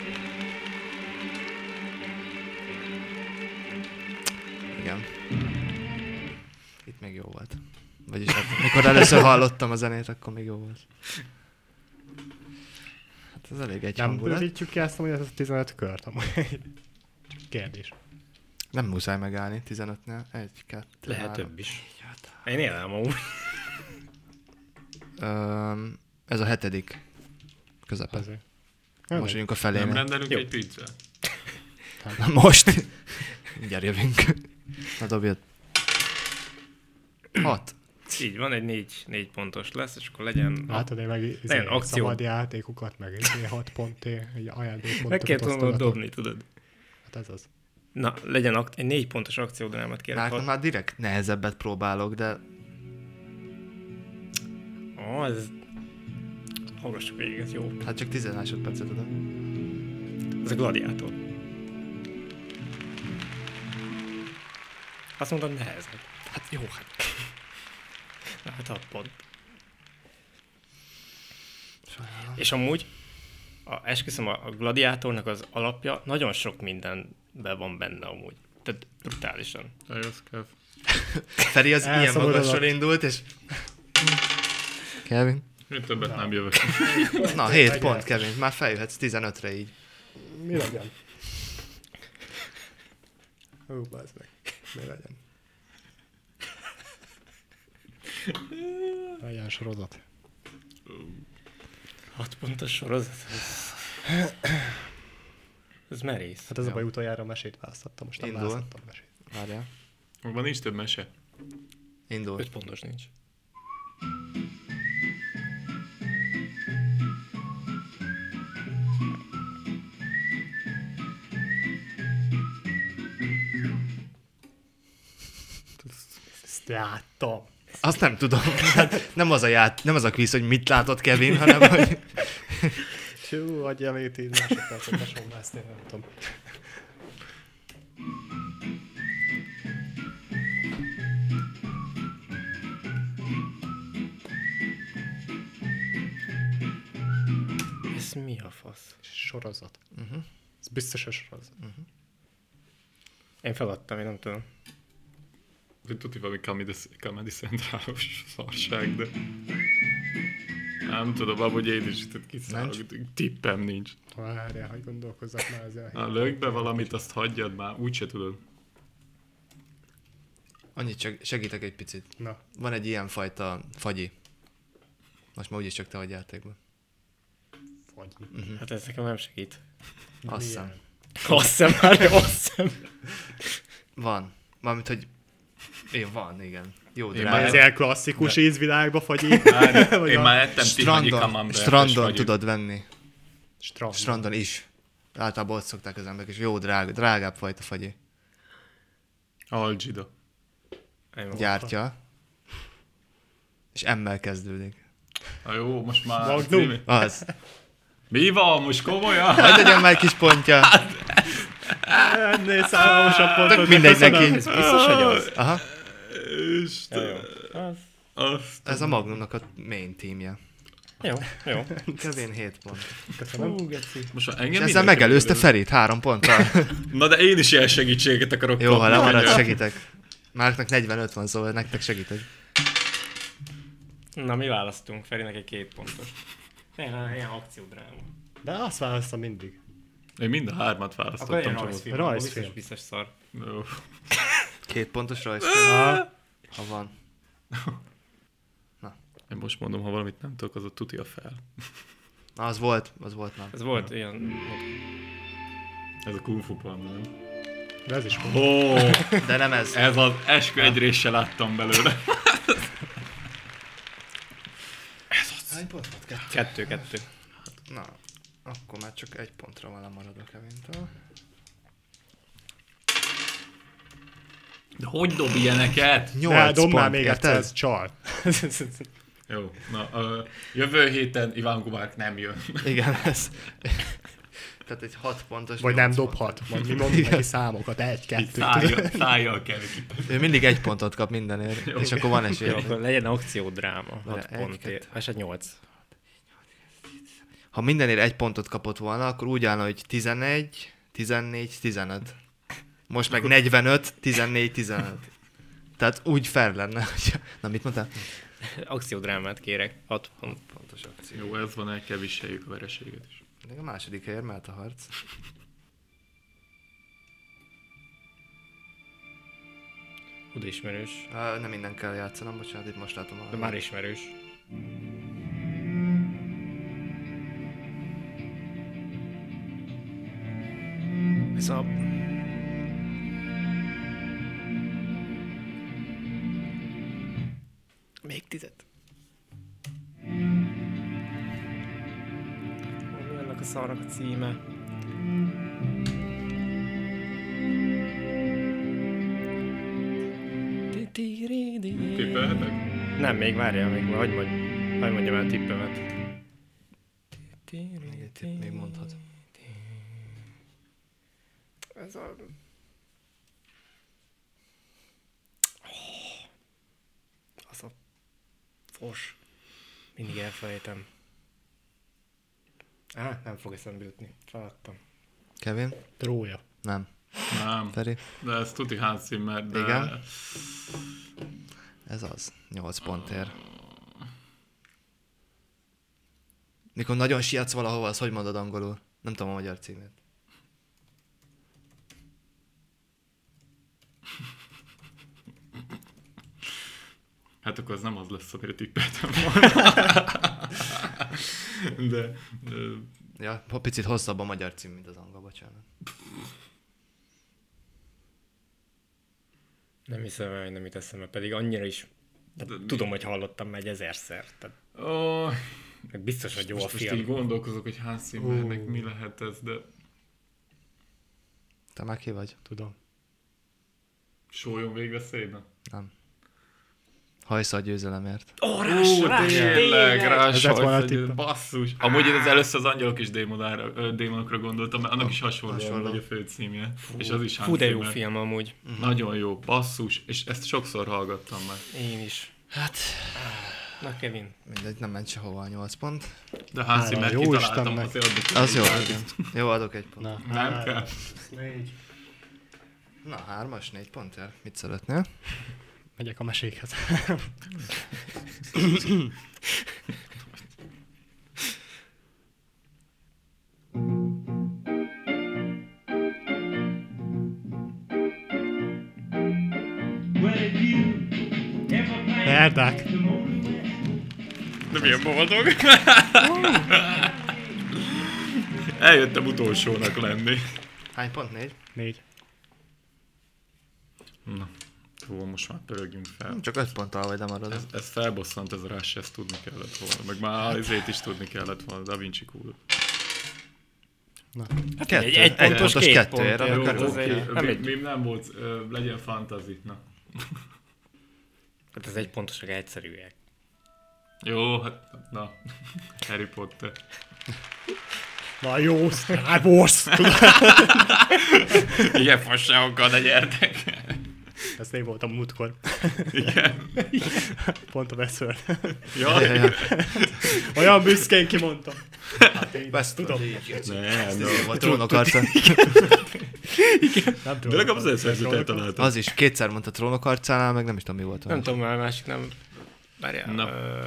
S2: Igen. Itt még jó volt. Vagyis hát, mikor először hallottam a zenét, akkor még jó volt. Hát ez elég egy
S5: Nem
S2: hangulat.
S5: bővítjük ki ezt, hogy ez a 15 kört amúgy. Csak kérdés.
S2: Nem muszáj megállni 15-nél. Egy, kettő,
S3: Lehet
S2: három.
S3: több is. Én élem amúgy.
S2: Öm, ez a hetedik közepe.
S5: Azért.
S2: Most vagyunk a
S9: Nem
S2: felénél.
S9: rendelünk egy pizzát?
S2: Na most. Mindjárt jövünk. Na dobjad. Hat.
S3: Így van, egy négy, négy pontos lesz, és akkor legyen...
S2: Hát,
S5: Látod, én meg izé,
S3: Legyen akció.
S5: szabad játékokat, meg izé, 6 pontért, egy ajándékpontot
S3: Meg kell tudnod
S5: osztogatok.
S3: dobni, tudod.
S5: Hát ez az.
S3: Na, legyen ak- egy négy pontos akciódrámát kérek.
S2: Már,
S3: Ó,
S2: már direkt nehezebbet próbálok, de
S3: oh, ez... Hallgassuk végig, ez jó.
S2: hát csak 10 másodpercet adok.
S3: Ez a gladiátor. Azt mondod, nehezebb. Hát jó, hát. Na, hát hat pont. És amúgy, a, esküszöm, a, a gladiátornak az alapja nagyon sok mindenben van benne amúgy. Tehát brutálisan.
S9: Na jó, szkev.
S2: Feri az ilyen
S5: Elszaborodott.
S2: magasról indult, és... Kevin?
S9: Én többet nem jövök.
S2: Na, 7 pont, Kevin. Már feljöhetsz 15-re így.
S5: Mi legyen? Hú, bazd meg. Mi legyen? Legyen sorozat.
S3: Hat pontos sorozat. Ez, ez merész.
S5: Hát ez a baj, utoljára a mesét választottam, most nem
S2: Indul.
S5: választottam mesét.
S2: Várjál.
S9: Magban nincs több mese.
S2: Indul.
S3: Öt pontos nincs.
S5: Ezt láttam.
S2: Azt nem tudom. Hát nem az a ját, nem az a kvíz, hogy mit látott Kevin, hanem hogy
S5: Hú, adjam itt így másodpercet besomláztél, nem tudom.
S3: Ez mi a fasz?
S5: Sorozat. Uh-huh.
S2: Mhm.
S5: Ez biztos, hogy sorozat.
S3: Én feladtam, én nem tudom.
S4: Azért tudni valami Comedy, comedy centrálos szarság, de... Nem tudom, amúgy én is itt kiszállok, tippem nincs.
S5: Várjál, hogy gondolkozzak már ezzel.
S4: Na, lök be valamit, azt hagyjad már, úgyse tudod.
S2: Annyit csak segítek egy picit.
S5: Na,
S2: Van egy ilyen fajta fagyi. Most már úgyis csak te vagy játékban.
S5: vagy.
S2: Mhm.
S3: Hát ez nekem nem segít.
S2: Azt hiszem.
S3: Azt hiszem már, azt hiszem.
S2: Van. Mármint, hogy... Én van, igen. Jó, de
S4: Én
S2: rá-
S4: már
S5: Ez ilyen klasszikus ízvilágba fagy
S4: Már, én már ettem tihanyi
S2: Strandon,
S4: kamembertes
S2: strandon
S4: vagyok.
S2: tudod venni.
S5: Strand.
S2: Strandon is. Általában ott szokták az emberek, és jó drága, drágább fajta fagyi.
S4: Algida.
S3: Nem,
S2: Gyártja. És emmel kezdődik.
S4: Na jó, most már...
S5: Magnum.
S4: Mi-
S2: Az.
S4: Mi van, most komolyan?
S2: Hogy legyen már egy kis pontja.
S5: Ennél szállalmasabb pontot.
S2: Mindegy neki.
S3: Ez biztos, hogy az.
S2: Aha.
S4: És
S3: Ja, jó. Az.
S4: azt
S2: Ez a Magnumnak a main teamje.
S3: Jó, jó.
S2: Kevén 7 pont.
S5: Köszönöm.
S4: Hát most már engem
S2: És ezzel
S4: mindenki
S2: megelőzte
S4: kérdez.
S2: Ferit 3 ponttal.
S4: Na de én is ilyen segítséget akarok
S2: Jó, ha
S4: kapni,
S2: lemarad,
S4: ugye?
S2: segítek. Márknak 45 van, szóval nektek segítek.
S3: Na, mi választunk? Ferinek egy két pontos. Ilyen, ilyen akciódráma.
S5: De azt választom mindig.
S4: Én mind a hármat választottam.
S3: Akkor ilyen
S4: csak
S3: rajzfilm.
S5: Rajzfilm.
S3: Rajzfilm. Biztos, biztos szar.
S4: ott- Jó.
S2: Két pontos rajz, ha van.
S4: Én most mondom, ha valamit nem tudok, az a tuti a fel.
S2: Na, az volt, az volt már.
S3: Ez volt ilyen...
S4: Ez a kung fu panda, nem?
S5: De ez is volt.
S4: Ó,
S2: De nem ez.
S4: ez az eskü egy része láttam belőle.
S2: Hány pont volt? Kettő.
S3: Kettő-kettő.
S2: Na, akkor már csak egy pontra van lemarad a Kevintől.
S4: De hogy dob ilyeneket?
S5: Ne,
S2: Nyolc
S5: dob már
S2: pont,
S5: még egyszer, ez
S2: érted?
S5: csal.
S4: Jó, na, ö, jövő héten Iván Gubák nem jön.
S2: Igen, ez. Tehát egy hat pontos.
S5: Vagy nem
S2: nyolc
S5: dobhat. Vagy mi mondunk neki számokat. Egy, kettő.
S4: Szája, szájjal kell ki.
S2: pont. Ő mindig egy pontot kap mindenért, és akkor van
S3: Jó,
S2: esélye.
S3: akkor legyen akciódráma. Hat
S2: egy, kettő.
S3: pont. Hát, hát nyolc.
S2: Ha mindenért egy pontot kapott volna, akkor úgy állna, hogy 11, 14, 15. Most meg 45, 14, 15. Tehát úgy fair lenne, hogy... Na, mit mondtál?
S3: Akciódrámát kérek. Hat pont.
S2: Pontos akció.
S4: Jó, ez van, el kell viseljük a vereséget is.
S2: Még a második helyért mehet a harc.
S3: Oda ismerős.
S2: Uh, nem minden kell játszanom, bocsánat, itt most látom. A...
S3: De már ismerős. Ez a... Még tizet. Mi Ennek a szarnak a címe. Ti-ti-ri-di.
S4: Tippelhetek?
S3: Nem, még várjál, még hagyd mondj, hagyd mondjam el a tippemet.
S2: Még egy tipp, Még mondhat.
S3: Ez a... Az a... Fos. Mindig elfelejtem. Á, nem fog eszembe jutni. Feladtam.
S2: Kevin?
S5: Trója.
S2: Nem.
S4: Nem,
S2: Feri?
S4: de ez tuti házszimmer, de...
S2: Igen. Ez az. 8 pontért. Mikor nagyon sietsz valahova, az hogy mondod angolul? Nem tudom a magyar címét.
S4: Hát akkor az nem az lesz, amire tippeltem volna. De, de
S2: Ja, ho- picit hosszabb a magyar cím, mint az angol, bocsánat.
S3: Nem hiszem el, hogy nem jut eszembe, pedig annyira is...
S4: mi-
S3: Tudom, hogy hallottam már egy ezerszer. Tehát
S4: Ó,
S3: meg biztos, hogy jó a
S4: most, most így
S3: film.
S4: gondolkozok, hogy Hans Zimmernek mi lehet ez, de
S2: Te már ki vagy?
S5: Tudom.
S4: sólyon végre széna.
S2: Nem. Hajszal győzelemért.
S5: Órás,
S4: Ú, tényleg,
S5: Ez
S4: rás,
S5: lett volna a
S4: hajfagy,
S5: tippem.
S4: basszus. Amúgy én az először az angyalok és démonára, ö, démonokra gondoltam, mert annak is hasonló,
S2: hasonló.
S4: hasonló. hogy a főcímje. És az is
S3: Fú, de jó
S4: Hans Zimmer.
S3: film
S4: Mhm.
S3: amúgy.
S4: Nagyon jó, basszus, és ezt sokszor hallgattam meg.
S3: Én is.
S2: Hát,
S3: Na Kevin,
S2: mindegy, nem ment sehova a 8 pont.
S4: De házi,
S5: Hála
S4: mert
S5: jó
S4: kitaláltam,
S5: Istennek.
S4: azért adni tudom.
S2: Az jó. igen. Jó, adok egy pont.
S5: Na,
S4: Nem
S5: három,
S4: kell.
S5: négy.
S2: Na, hármas, négy pont el. Mit szeretnél?
S5: Megyek a mesékhez. Erdák.
S4: De milyen boldog. Eljöttem utolsónak lenni.
S2: Hány pont? Négy?
S5: Négy.
S4: Na, jó, most már pörögjünk fel.
S2: Csak öt ponttal vagy lemaradok.
S4: Ez, ez felbosszant, ez a Rush, ezt tudni kellett volna. Meg már ezért is tudni kellett volna, Da Vinci Cool.
S3: Hát
S2: Kettő.
S3: egy, egy pontos,
S2: Egypontos
S3: két
S2: kettőért,
S3: pontért,
S2: annak
S3: jó,
S2: örülök.
S3: az egy- nem egy-
S4: mi, mi nem volt, ö, legyen fantazi. Na.
S3: Hát ez egy pontosak egyszerűek.
S4: Jó, hát, na. Harry Potter.
S5: Na jó, Star Wars! Tudod,
S4: Igen, fasságokkal ne gyertek.
S5: Ezt én voltam múltkor.
S4: Igen.
S5: Pont a Westworld.
S4: Ja,
S2: Ja, ja.
S5: Olyan büszkén kimondtam. Hát én
S2: Westworld.
S5: tudom.
S4: Nem,
S2: Ez jó, a trónok arca.
S5: Nem tudom.
S4: De legalább az elszerzőt eltaláltam.
S2: Az is kétszer mondta trónok arcánál, meg nem is tudom mi volt.
S3: Nem tudom, már a másik nem... Várjál.
S4: Na.
S3: ö,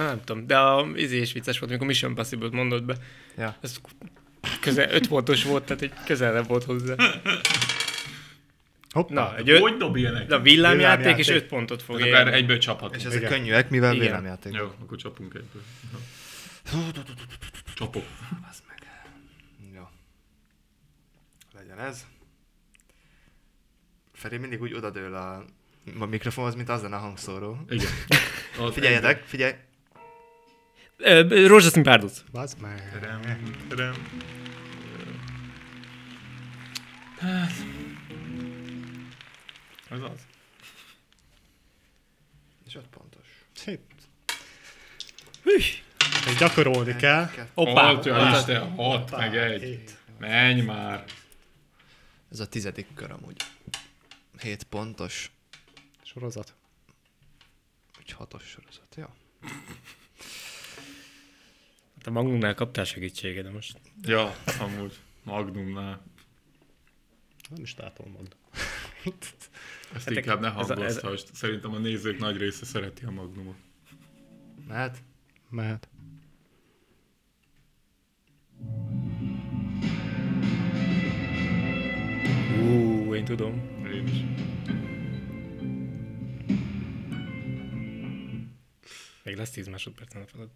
S3: á, nem tudom, de a izé is vicces volt, amikor Mission Possible-t mondott be.
S2: Ja.
S3: Ez közel, öt pontos volt, tehát egy közelebb volt hozzá.
S5: Hopp.
S3: Na, egy öt,
S4: Hát, Hogy Hát dob ilyenek?
S3: a villámjáték és
S5: Villámjáték.
S3: öt pontot fog
S4: Akkor erre
S3: érni.
S4: egyből csaphatunk.
S2: És ezek
S5: Igen.
S2: könnyűek, mivel
S3: Igen.
S2: vélemjáték.
S4: Jó, akkor csapunk egyből. Na. Csapok.
S2: Jó. Legyen ez. Feri mindig úgy odadől a, a mikrofonhoz, mint azon a hangszóró.
S4: Igen. Az
S2: Figyeljetek, figyelj!
S3: Ö, Rózsaszín párduc.
S5: Bazd meg.
S4: Terem, terem. Ez az.
S2: És öt pontos.
S5: Szép. Még Gyakorolni kell.
S4: Hoppá!
S3: Hoppá!
S4: Atya Isten, hat, meg egy.
S5: Hét.
S4: Menj már!
S2: Ez a tizedik kör amúgy. Hét pontos,
S5: Sorozat.
S2: úgy hatos sorozat. Jó.
S3: Hát a magunknál kaptál segítséget, de most...
S4: Ja, amúgy. Magnumnál.
S5: Nem is látom mondom.
S4: Ezt
S3: Hát
S4: inkább ne
S3: ez a- ez-
S4: hangoztasd. Szerintem a nézők nagy része szereti a Magnumot.
S2: Mehet?
S5: Mehet.
S3: Ú, én tudom.
S4: Én is.
S3: Még lesz 10 másodpercen a feladat.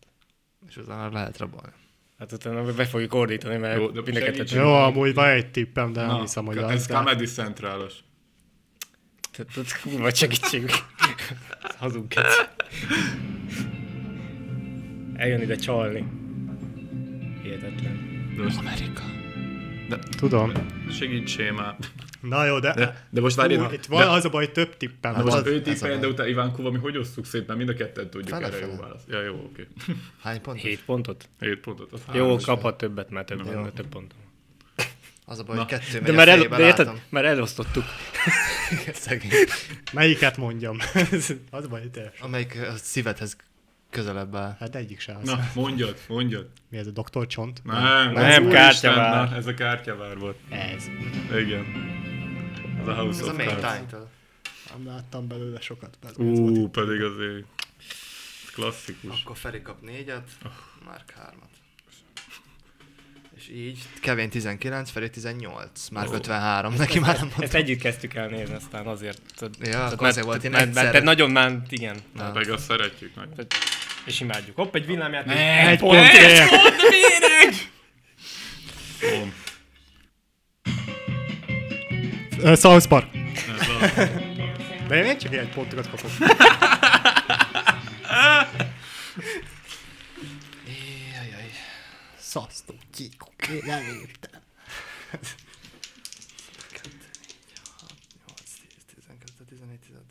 S2: És utána lehet rabolni.
S3: Hát utána be fogjuk ordítani, mert
S4: Jó,
S3: Jó, de
S4: de
S3: mind a kettőt...
S4: segíts.
S5: Jó, amúgy van egy tippem, de nem hiszem, hogy
S4: ka-
S5: az.
S4: ez
S5: de-
S4: Comedy Centralos.
S3: Tehát ott kurva segítség. Hazunk kettő. Eljön ide csalni. Hihetetlen.
S4: De most
S2: Amerika.
S5: Tudom.
S4: segítsél már.
S5: Na jó, de...
S4: De, de most
S5: Ú,
S4: várjál.
S5: itt van az a baj, hogy több tippem
S4: Na
S5: van.
S4: most
S2: az-
S4: ő
S2: ez a
S4: tippeljen, de
S2: baj.
S4: utána Ivánkóval mi hogy osztuk szét, mert mind a ketten tudjuk
S2: Fele,
S4: erre jó
S2: fele.
S4: választ. Ja, jó, oké.
S2: Hány pontos?
S3: 7 pontot?
S4: 7 pontot. Az
S3: Jó,
S4: hármas.
S3: kaphat többet, mert több, mert több pontom.
S2: Az a baj, hogy kettő megy
S3: De
S2: a
S3: már, el,
S2: fejébe,
S3: de érted,
S2: látom.
S3: már elosztottuk.
S2: Szegény.
S5: Melyiket mondjam? az a baj, hogy te.
S2: Amelyik a szívedhez közelebb áll.
S5: Hát egyik se az.
S4: Na, mondjad, mondjad.
S5: Mi ez a doktor csont?
S4: Nem,
S3: Nem,
S4: úristen,
S3: kártyavár.
S4: na, Ez a kártyavár volt.
S5: Ez.
S4: Igen. Az a House
S2: Ez a
S4: of
S2: main
S4: Cards.
S2: time-től.
S5: Nem láttam belőle sokat. Ez volt.
S4: Ú, pedig azért klasszikus.
S2: Akkor Feri kap négyet, Márk hármat. És így Kevin 19, Feri 18, már 53, neki már nem
S3: Ezt
S2: mondta.
S3: együtt kezdtük el nézni, aztán azért... tehát-
S2: Ja,
S3: tehát
S2: akkor
S3: már-
S2: Hát azért volt, én
S3: mert- mert-
S2: egyszerre-
S3: Mert nagyon már, igen.
S2: Na.
S4: Meg azt szeretjük nagy.
S3: És imádjuk. Hopp, egy villámjáték.
S5: Egy pontért!
S4: Pont.
S5: Ö, South Park.
S4: Ez az.
S5: De én csak egy pontokat kapok.
S2: Jajjaj.
S5: Szasztó, csíkó, én nem értem.
S2: 8, 10, 12, 11, 16,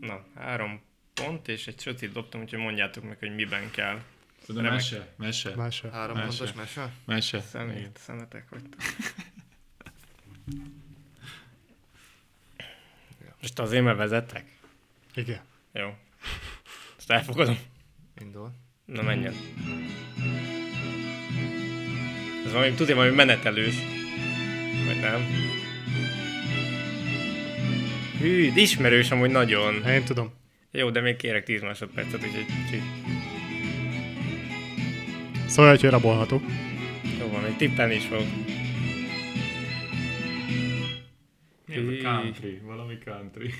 S2: 16.
S3: Három pont és egy sötét dobtam, úgyhogy mondjátok meg, hogy miben kell.
S4: Tudom,
S3: Remek.
S4: mese, mese,
S5: Más sem.
S2: Három
S4: Mese.
S2: pontos mese?
S4: mese.
S3: Szemét, szemetek vagy. Most azért, mert vezetek?
S5: Igen.
S3: Jó. Ezt elfogadom.
S2: Indul.
S3: Na menjen. Ez valami, tudja, valami menetelős. Vagy nem? Hű, de ismerős amúgy nagyon.
S5: Hát Én tudom.
S3: Jó, de még kérek 10 másodpercet, úgyhogy kicsit.
S5: Szóval, hogy rabolható.
S3: Jó van, még tippelni is fog.
S4: Mi ez a country? Valami country.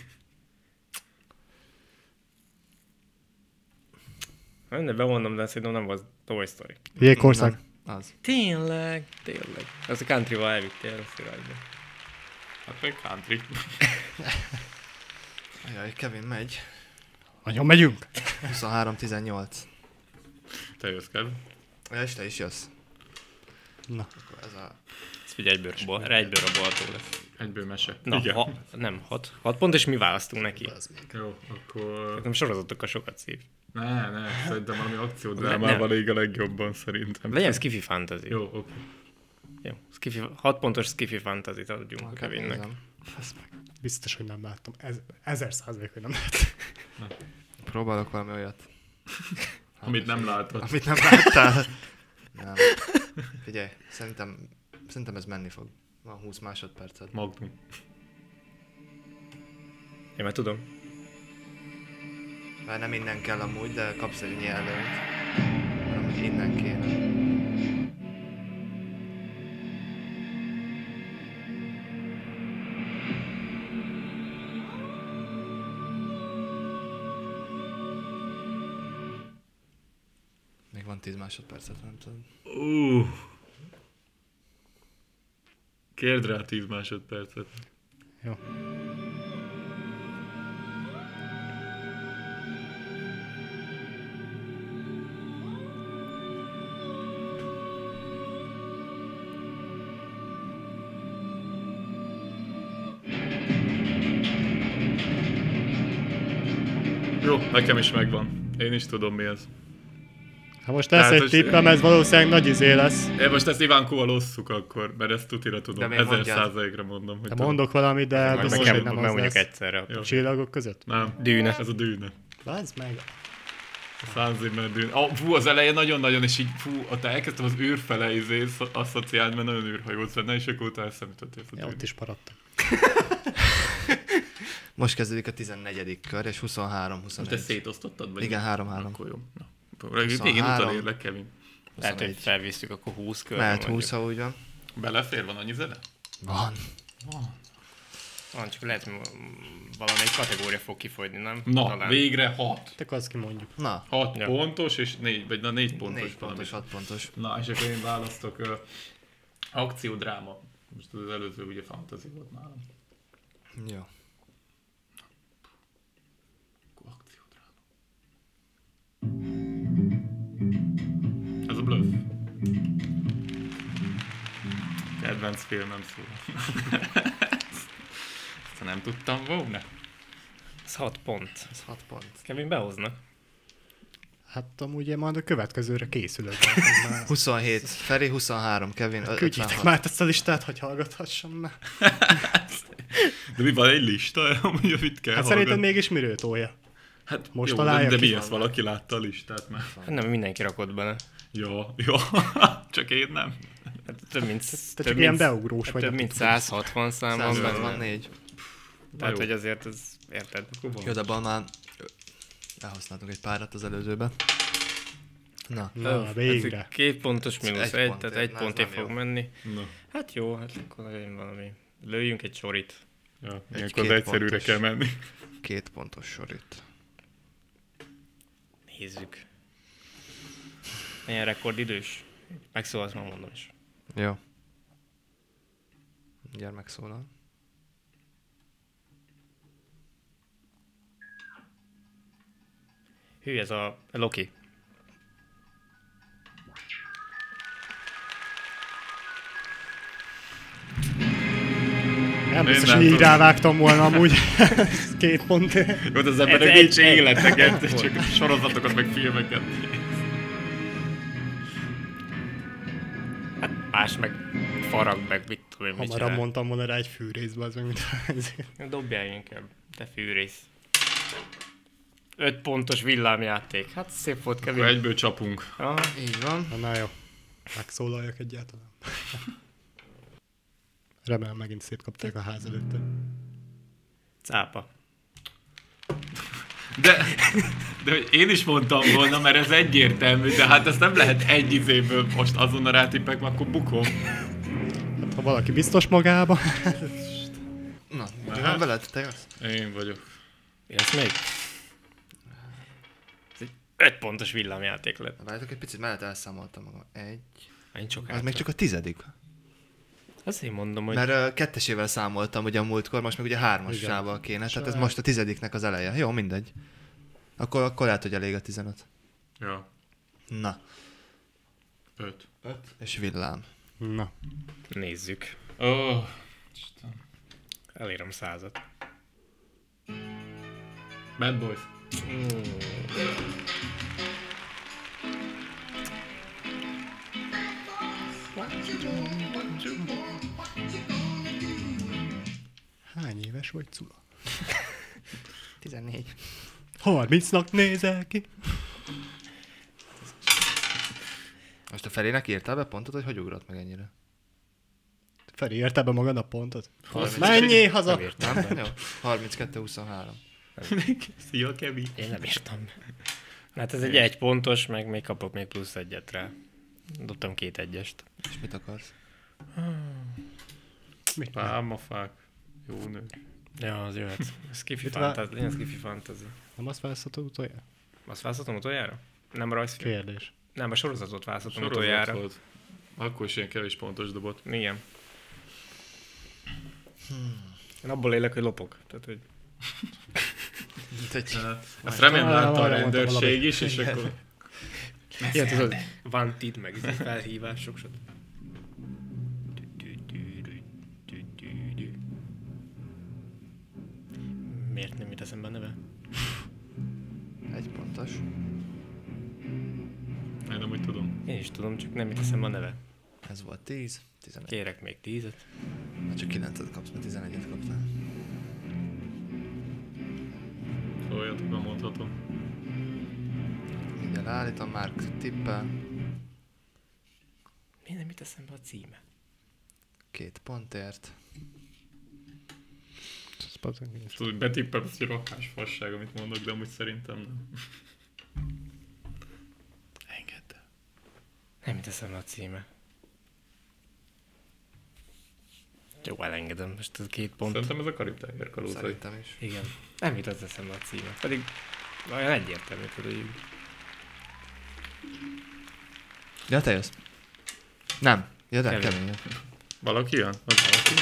S3: Minden bemondom, de szerintem nem volt Toy Story.
S5: Jégkország.
S2: Nem, az.
S3: Tényleg, tényleg. Ezt a country-val elvittél, azt irányba.
S4: Hát meg country.
S2: Jaj, Kevin megy.
S5: Nagyon megyünk.
S2: 23-18.
S4: Te jössz kell.
S2: Ja, és te is jössz.
S5: Na.
S2: Akkor ez a...
S3: Ez figyelj, egyből rabol, egyből rabolható lesz.
S4: Egyből mese.
S3: Na,
S4: Igen.
S3: ha, nem, hat. Hat pont, és mi választunk neki.
S4: Jó, akkor...
S3: Nekem sorozatok a sokat szív.
S4: Ne, ne, szerintem valami akciódrámával ég a legjobban szerintem.
S3: Legyen Skiffy Fantasy. Jó.
S4: Jó, oké.
S3: Jó. Skiffy, hat pontos Skiffy Fantasy-t adjunk Kevinnek.
S2: Nézem.
S5: Fasz meg. Biztos, hogy nem láttam. Ez, ezer százalék, hogy nem láttam.
S2: Próbálok valami olyat.
S4: Amit nem látod.
S2: Amit nem láttál. nem. Figyelj, szerintem, szerintem ez menni fog. Van 20 másodpercet.
S4: Magnum.
S3: Én már tudom.
S2: Már nem innen kell amúgy, de kapsz egy nyelvőt. Hanem, hogy innen kéne. Még van 10 másodpercet, nem tudom.
S4: Uh. Kérd rá 10 másodpercet.
S5: Jó.
S4: Jó, nekem is megvan. Én is tudom mi ez.
S5: Ha Hát most
S4: Tehát,
S5: lesz egy
S4: hogy-
S5: tippem, ez valószínűleg nagy izé lesz.
S4: Én most ezt Ivánkóval osszuk akkor, mert ezt tutira
S2: De
S4: tudom.
S2: még
S4: Ezer
S2: mondjad.
S4: százalékra mondom, hogy
S5: De
S4: tudom.
S5: mondok valamit, de
S3: Majd
S5: biztos,
S3: nekem
S5: hogy nem az
S3: megmondjuk
S5: lesz.
S3: egyszerre.
S4: Jó.
S5: Csillagok között?
S4: Nem.
S3: Dűne.
S4: Ez a dűne.
S5: Lázd meg.
S4: A Hans Zimmer dűne. Oh, fú, az eleje nagyon-nagyon, és így fú, ott elkezdtem az űr fele izé, szo- asszociálni, mert nagyon űrhajót zene, és akkor utána eszembe jutott ez a
S5: Ja,
S4: dűne.
S5: ott is maradtam.
S2: Most kezdődik a 14. kör, és 23-21.
S4: Te szétosztottad? Vagy
S2: Igen, 3-3.
S4: Akkor jó. Na. Végén utalérlek, Kevin.
S3: Lehet, hogy
S2: 21.
S3: felvisszük, akkor 20 körül.
S2: Lehet
S3: mondjuk.
S2: 20, ha úgy van.
S4: Belefér, van annyi zene?
S2: Van.
S3: Van, csak lehet, hogy m- valamelyik kategória fog kifogyni, nem?
S4: Na,
S3: Talán.
S4: végre 6.
S5: Te azt kimondjuk.
S2: Na,
S4: 6
S3: Ja.
S4: pontos, és 4, vagy na 4 pontos
S2: 4
S4: valami.
S2: pontos, 6 pontos.
S4: Na, és akkor én választok ö, akciódráma. Most az előző ugye fantasy volt nálam.
S2: Jó.
S4: Akkor akciódráma. Ez a bluff. Kedvenc filmem szóval. Ezt nem tudtam volna.
S3: Ez 6 pont.
S2: Ez 6 pont.
S3: Kevin behoznak.
S5: Hát amúgy én majd a következőre készülök.
S2: 27, Feri 23, Kevin ö-
S5: Küldjétek
S2: 56.
S5: már ezt a listát, hogy hallgathassam már.
S4: De mi van egy lista, amúgy, amit kell
S5: Hát
S4: hallgatni?
S5: szerintem mégis miről tólja?
S4: Hát
S5: most
S4: jó,
S5: találja
S4: de, de
S5: ki
S4: mi ezt valaki látta a listát már?
S3: Hát nem, mindenki rakott bele.
S4: Ja, ja, csak én nem.
S3: Hát több mint...
S5: Te
S3: több
S5: csak ilyen
S3: mint-
S5: beugrós vagy.
S3: Több mint 160 szám van benne.
S2: 164.
S3: Tehát,
S4: jó.
S3: hogy azért ez... Érted?
S2: Jó, de abban már elhasználtunk egy párat az előzőben. Na,
S5: Na, végre.
S3: Ez két pontos mínusz
S2: egy
S3: egy,
S2: pontért,
S3: tehát egy
S2: na, ez
S3: pontért
S2: nem
S3: fog
S2: jó.
S3: menni.
S4: Na,
S3: Hát jó, hát akkor legyen valami. Lőjünk egy sorit.
S4: ja,
S2: két
S4: ilyenkor az egyszerűre
S2: pontos.
S4: kell menni.
S2: két pontos sor itt.
S3: Nézzük. Milyen rekordidős? Megszólalsz, már mondom is.
S2: Jó. Mindjárt megszólal.
S3: Hű, ez a Loki.
S5: Nem biztos,
S4: nem
S5: hogy így
S4: tudom.
S5: rávágtam volna amúgy. Ez Két pont.
S4: Jó, de az emberek
S3: egy-
S4: nincs
S3: egy-
S4: életeket, csak sorozatokat, meg filmeket.
S3: Ás Hát, meg, farag meg, mit tudom én, mit
S5: Hamarabb
S3: csinál.
S5: mondtam volna rá egy fűrészbe az, mint ezért.
S3: Dobjál inkább, te fűrész. 5 pontos villámjáték. Hát szép volt,
S4: Akkor
S3: kevés.
S4: egyből csapunk.
S3: Aha.
S2: Így van.
S5: Na, Na jó, megszólaljak egyáltalán. Remélem megint szép kapták a ház előtt.
S3: Cápa.
S4: De, de hogy én is mondtam volna, mert ez egyértelmű, de hát ezt nem lehet egy izéből most azonnal rátippek, mert akkor bukom.
S5: Hát, ha valaki biztos magába,
S2: Na, mit van veled? Te jössz?
S4: Én vagyok.
S3: Jössz még? Ez egy 5 pontos villámjáték lett.
S2: Várjátok, egy picit mellett elszámoltam magam. Egy.
S3: Ennyi csak
S2: Az
S3: hát.
S2: még csak a tizedik.
S3: Azért mondom, hogy...
S2: Mert ö, kettesével számoltam ugye a múltkor, most meg ugye hármasával kéne, tehát ez most a tizediknek az eleje. Jó, mindegy. Akkor, akkor lehet, hogy elég a 15.
S4: Ja,
S2: Na,
S4: öt.
S2: és villám.
S5: na,
S3: Nézzük.
S4: Ó, oh,
S3: Elérem százat.
S4: Bad Boys.
S5: hány éves vagy, Cula?
S2: 14.
S5: 30-nak nézel ki.
S2: Most a felének írtál be pontot, hogy hogy ugrott meg ennyire?
S5: Feri, érte be magad a pontot?
S4: Harminc.
S5: Menjél haza!
S2: Nem? Jó. 32-23.
S4: Szia, Kevin.
S3: Én nem írtam. Hát ez egy egy pontos, meg még kapok még plusz egyet rá. Dobtam két egyest.
S2: És mit akarsz?
S4: Pálmafák. Jó nő.
S3: Ja, az jöhet. Skifi
S5: Mit vá-
S3: fantasy. Ilyen skifi fantasy.
S5: Nem azt választhatod utoljára?
S3: Azt választhatom utoljára? Nem a rajzfilm?
S5: Kérdés.
S3: Nem, a sorozatot választhatom
S4: Sorozat
S3: utoljára.
S4: volt. Akkor is ilyen kevés pontos dobott.
S3: Igen.
S5: Hmm.
S3: Én abból élek, hogy lopok. Tehát, hogy
S4: Ezt remélem
S5: Várj,
S4: látta a
S5: várj, mondtam
S4: rendőrség is, és akkor...
S3: Ilyen tudod, van tid, meg izé felhívások, stb. Miért nem jut eszembe a neve?
S2: Egy pontos.
S4: Én nem úgy tudom.
S3: Én is tudom, csak nem jut eszembe a neve.
S2: Ez volt 10, 11.
S3: Kérek még tízet.
S2: Na csak 9-et kapsz, mert 11-et kaptál.
S4: Olyat nem mondhatom.
S2: Mindjárt állítom, már tippel.
S3: Miért nem jut eszembe a címe?
S2: Két pontért.
S5: Ez pazang nincs.
S4: És tudod, betippem, ez egy rakás fasság, amit mondok, de amúgy szerintem nem.
S2: Engedd el.
S3: Nem jut eszembe a címe. Jó, elengedem, most ez két pont.
S4: Szerintem ez a karib-tenger kalózai.
S2: Szerintem is.
S3: Igen. Nem jut az eszembe a címe. Pedig olyan egyértelmű, tudod, hogy
S2: Ja, te jössz. Nem. Ja, de
S3: Kevin.
S2: kemény. jön.
S4: Valaki ilyen? Az valaki?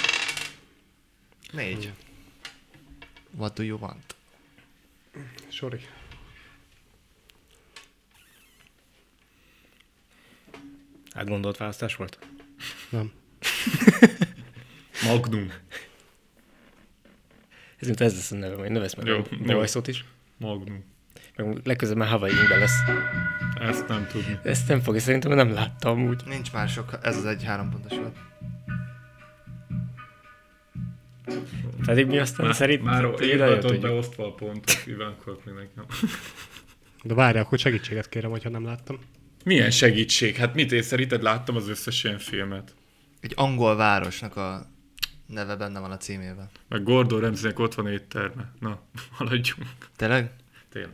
S2: Négy. Hmm. What do you want?
S5: Sori.
S3: átgondolt választás volt.
S5: Nem.
S4: Magnum.
S3: Ez mint ez lesz a nevem, én növesz meg
S4: Jó,
S3: a
S4: jó.
S3: bajszot is.
S4: Magnum.
S3: Meg legközelebb már hawaii lesz.
S4: Ezt nem tudom.
S3: Ezt nem fogja, szerintem nem láttam amúgy.
S2: Nincs már sok, ez az egy három pontos volt.
S3: Pedig mi aztán szerint...
S4: már
S3: ide jött,
S4: értetett
S3: hogy-
S4: beosztva a pontot, Ivánkor még nekem.
S5: De várj, akkor segítséget kérem, hogyha nem láttam.
S4: Milyen segítség? Hát mit én szerinted láttam az összes ilyen filmet?
S2: Egy angol városnak a neve benne van a címében.
S4: Meg Gordon Ramsaynek ott van étterme. Na, haladjunk.
S2: Tényleg?
S4: Tényleg.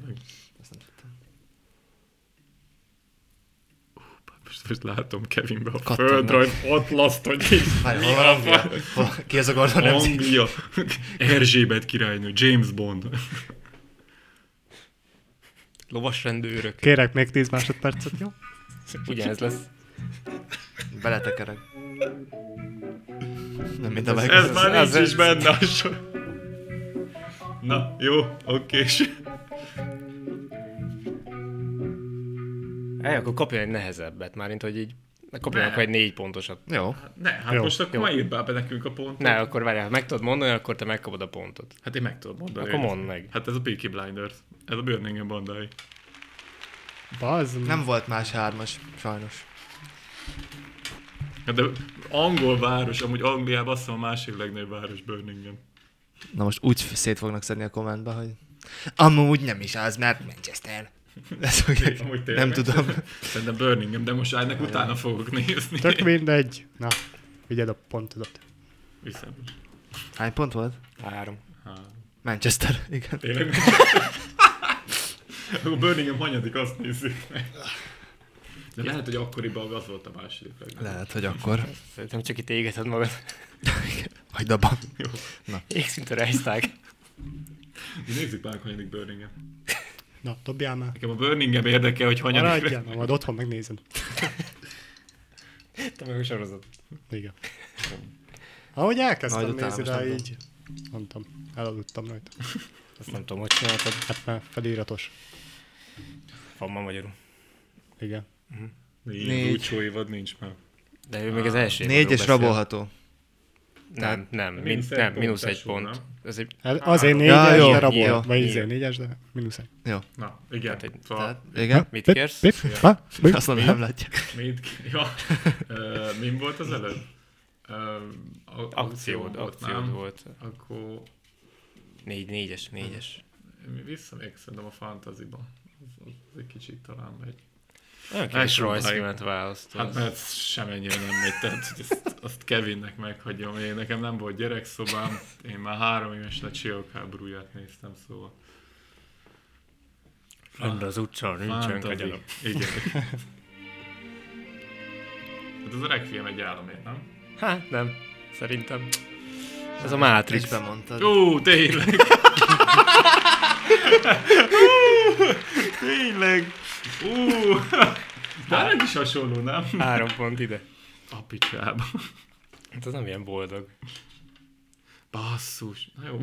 S2: Ezt nem tudtam.
S4: Most, most látom Kevinbe a
S2: Kattannak.
S4: földrajz atlaszt, hogy így
S2: Várj,
S4: mi
S2: hol van
S4: a fa-
S2: Anglia? Hol- Ki ez a Gordon Ramsay?
S4: Anglia, Erzsébet királynő, James Bond.
S3: Lovas rendőrök.
S5: Kérek még 10 másodpercet, jó?
S3: Ugyanez lesz.
S2: Beletekerek. Nem mind a meg.
S4: Ez már nincs is benne a sor. Na, jó, oké.
S3: Ej, akkor kapja egy nehezebbet, már mint hogy így Kapjanak vagy négy pontosat.
S2: Jó.
S4: Ne, hát
S5: Jó,
S4: most akkor
S3: jó.
S4: már írd már be nekünk a pontot.
S3: Ne, akkor várjál, ha meg tudod mondani, akkor te megkapod a pontot.
S4: Hát én meg tudom mondani.
S3: Akkor
S4: hogy-
S3: mondd meg.
S4: Hát ez a Peaky Blinders. Ez a Birmingham bandai.
S5: Bazd. meg.
S2: Nem volt más hármas, sajnos.
S4: Hát de angol város, amúgy Angliában azt hiszem a másik legnagyobb város Birmingham.
S2: Na most úgy szét fognak szedni a kommentbe, hogy amúgy nem is az, mert Manchester. Ez fogják-
S4: Amúgy tényleg.
S2: nem tudom.
S4: Szerintem Birmingham, de most ennek utána fogok nézni.
S5: Tök mindegy. Na, vigyed a pontodat.
S4: Viszont.
S2: Hány pont volt?
S3: Három.
S2: Manchester, igen.
S4: Tényleg nem. Akkor Birmingham hanyadik, azt nézzük meg. De lehet, hogy akkoriban az volt a második legnagyobb.
S2: Lehet, hogy akkor.
S3: Szerintem csak itt égeted magad.
S2: Hagyd abba.
S3: Égszintre rejszták.
S4: Nézzük már, hogy hanyadik Birmingham.
S5: Na, dobjál már.
S4: Nekem a Birmingham érdekel, hogy hanyadik.
S5: Maradjál, na, majd otthon megnézem.
S3: Te meg a sorozat.
S5: Igen. Ahogy elkezdtem
S2: Majd
S5: Majd
S2: utána
S5: nézni
S2: most
S5: rá,
S2: nem tudom.
S5: így nem tudom, elaludtam rajta.
S3: Azt nem tudom, hogy csináltad.
S5: Hát már feliratos.
S3: Van ma magyarul.
S5: Igen.
S2: Négy.
S4: Négy. Négy. Úcsó évad nincs már.
S3: De ő még az első.
S2: Négy és
S3: évadról beszél.
S2: rabolható.
S3: Nem, nem, min,
S4: Mínusz egy
S3: nem,
S4: pont,
S3: mínusz egy
S4: tesó,
S3: pont.
S4: nem?
S3: Ez egy,
S5: El- Azért négyes,
S2: Ja, jó,
S5: de rabol.
S2: jó,
S5: Vagy izé
S3: jó.
S5: négyes, de mínusz egy.
S2: Jó.
S4: Na, igen.
S3: Tehát Hát egy-
S4: Szóval,
S2: Tehát, igen.
S3: mit
S5: Pip,
S3: kérsz?
S5: pip, ha? Pip.
S2: Azt mondom, nem látják.
S4: mit, ja. Ö, Min volt az előbb? Ö, a-
S3: Akciód,
S4: volt,
S3: akciód
S4: nem?
S3: volt.
S4: Akkor
S3: Négy, négyes, négyes.
S4: mi visszamegyek szerintem a fantaziba. Az, az egy kicsit talán megy.
S3: Nagyon kis
S4: Megpróbáljuk.
S3: rajzfilmet választasz.
S4: Hát mert semennyire nem megy, tehát hogy ezt, azt Kevinnek meghagyom. Én nekem nem volt gyerekszobám, én már három éves a csillagok háborúját néztem, szóval.
S3: Fönn az utcán, nincsen
S4: Fantasy.
S3: kagyanom.
S4: Igen. Hát az a Requiem egy államért, nem?
S3: Hát nem, szerintem. Ez a Matrix.
S2: Tricsben mondtad.
S4: Ó, tényleg!
S2: Tényleg.
S4: Ó! De ez is hasonló, nem?
S3: Három pont ide.
S4: A picsába.
S3: Hát az nem ilyen boldog.
S4: Basszus. Na jó.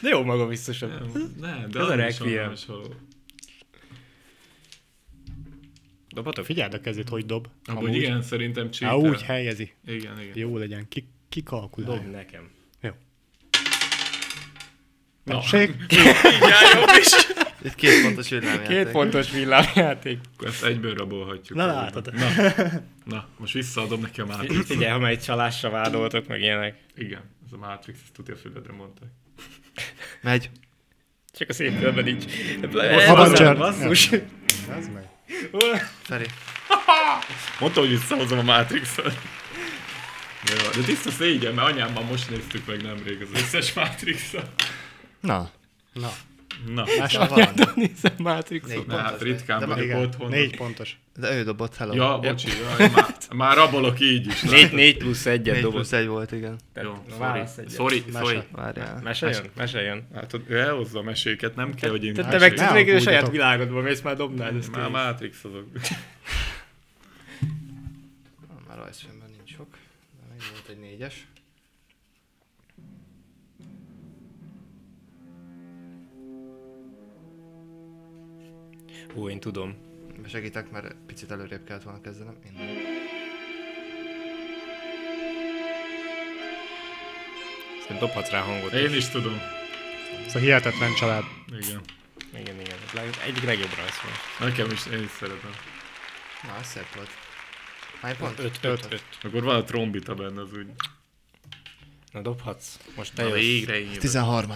S3: De jó maga biztosan.
S4: Nem, nem de
S3: Ez
S4: az
S3: a
S4: a
S3: Requiem.
S4: Requiem. Hasonló.
S3: Dobatok?
S5: Figyeld a kezét, hogy dob.
S4: Amúgy igen, szerintem
S5: Há,
S4: cheater.
S5: úgy helyezi.
S4: Igen, igen.
S5: Jó legyen. Ki, ki
S3: Dob
S5: kalkulálja.
S3: nekem.
S5: Tessék,
S2: Itt két pontos villámjáték.
S3: Két pontos villámjáték.
S4: Akkor ezt egyből rabolhatjuk.
S5: na látod.
S4: Na, most visszaadom neki a
S3: Fi-
S4: Matrixot.
S3: Figyelj, ha már egy csalásra vádoltok, meg ilyenek.
S4: Igen, ez a Matrix, ezt tudja füledre mondták.
S2: Megy.
S3: Csak a szép filmben nincs.
S5: Habancsár.
S3: Basszus.
S5: Ez meg.
S2: Feri.
S4: Mondta, hogy visszahozom a Matrixot. Jó, de tiszta szégyen, mert anyámmal most néztük meg nemrég az összes Matrixot.
S2: Na.
S5: Na,
S4: Na,
S2: Na, van.
S3: Nézem Matrixot.
S2: Négy
S4: na hát
S2: pontos
S4: ritkán
S2: vagy. De
S4: vagyok
S5: igen,
S4: otthon.
S5: négy pontos.
S2: De ő dobott, hello.
S4: Ja, bocsi, jaj, már, már rabolok így is.
S3: Négy, négy plusz egyet
S2: Négy
S3: dobott.
S2: plusz egy volt, igen.
S4: Jó, sorry,
S3: válasz egyet.
S4: sorry, sorry.
S2: Várjál.
S3: Meseljön, meseljön.
S4: Hát ott ő elhozza a meséket, nem kell, hogy én...
S3: Te, te meg
S5: ne
S3: tudod még a
S5: aggódjatok.
S3: saját világodba mész, már dobnád ezt.
S4: Már
S3: kész.
S4: Matrix azok.
S2: Már rajzfilmben nincs sok. De még volt egy négyes.
S3: Hú, én tudom.
S2: Segítek, mert picit előrébb kellett volna kezdenem. Én nem.
S3: Szerintem dobhatsz rá hangot.
S4: Én is tudom.
S5: Ez a hihetetlen család.
S4: Igen.
S3: Igen, igen. Leg- Egyik legjobb rajz van.
S4: Nekem is, én is szeretem.
S2: Na, ez szép volt. Hány pont?
S5: Öt, öt, öt.
S4: Akkor van a trombita benne, az úgy.
S3: Na dobhatsz. Most te jössz.
S4: én jövök.
S2: 13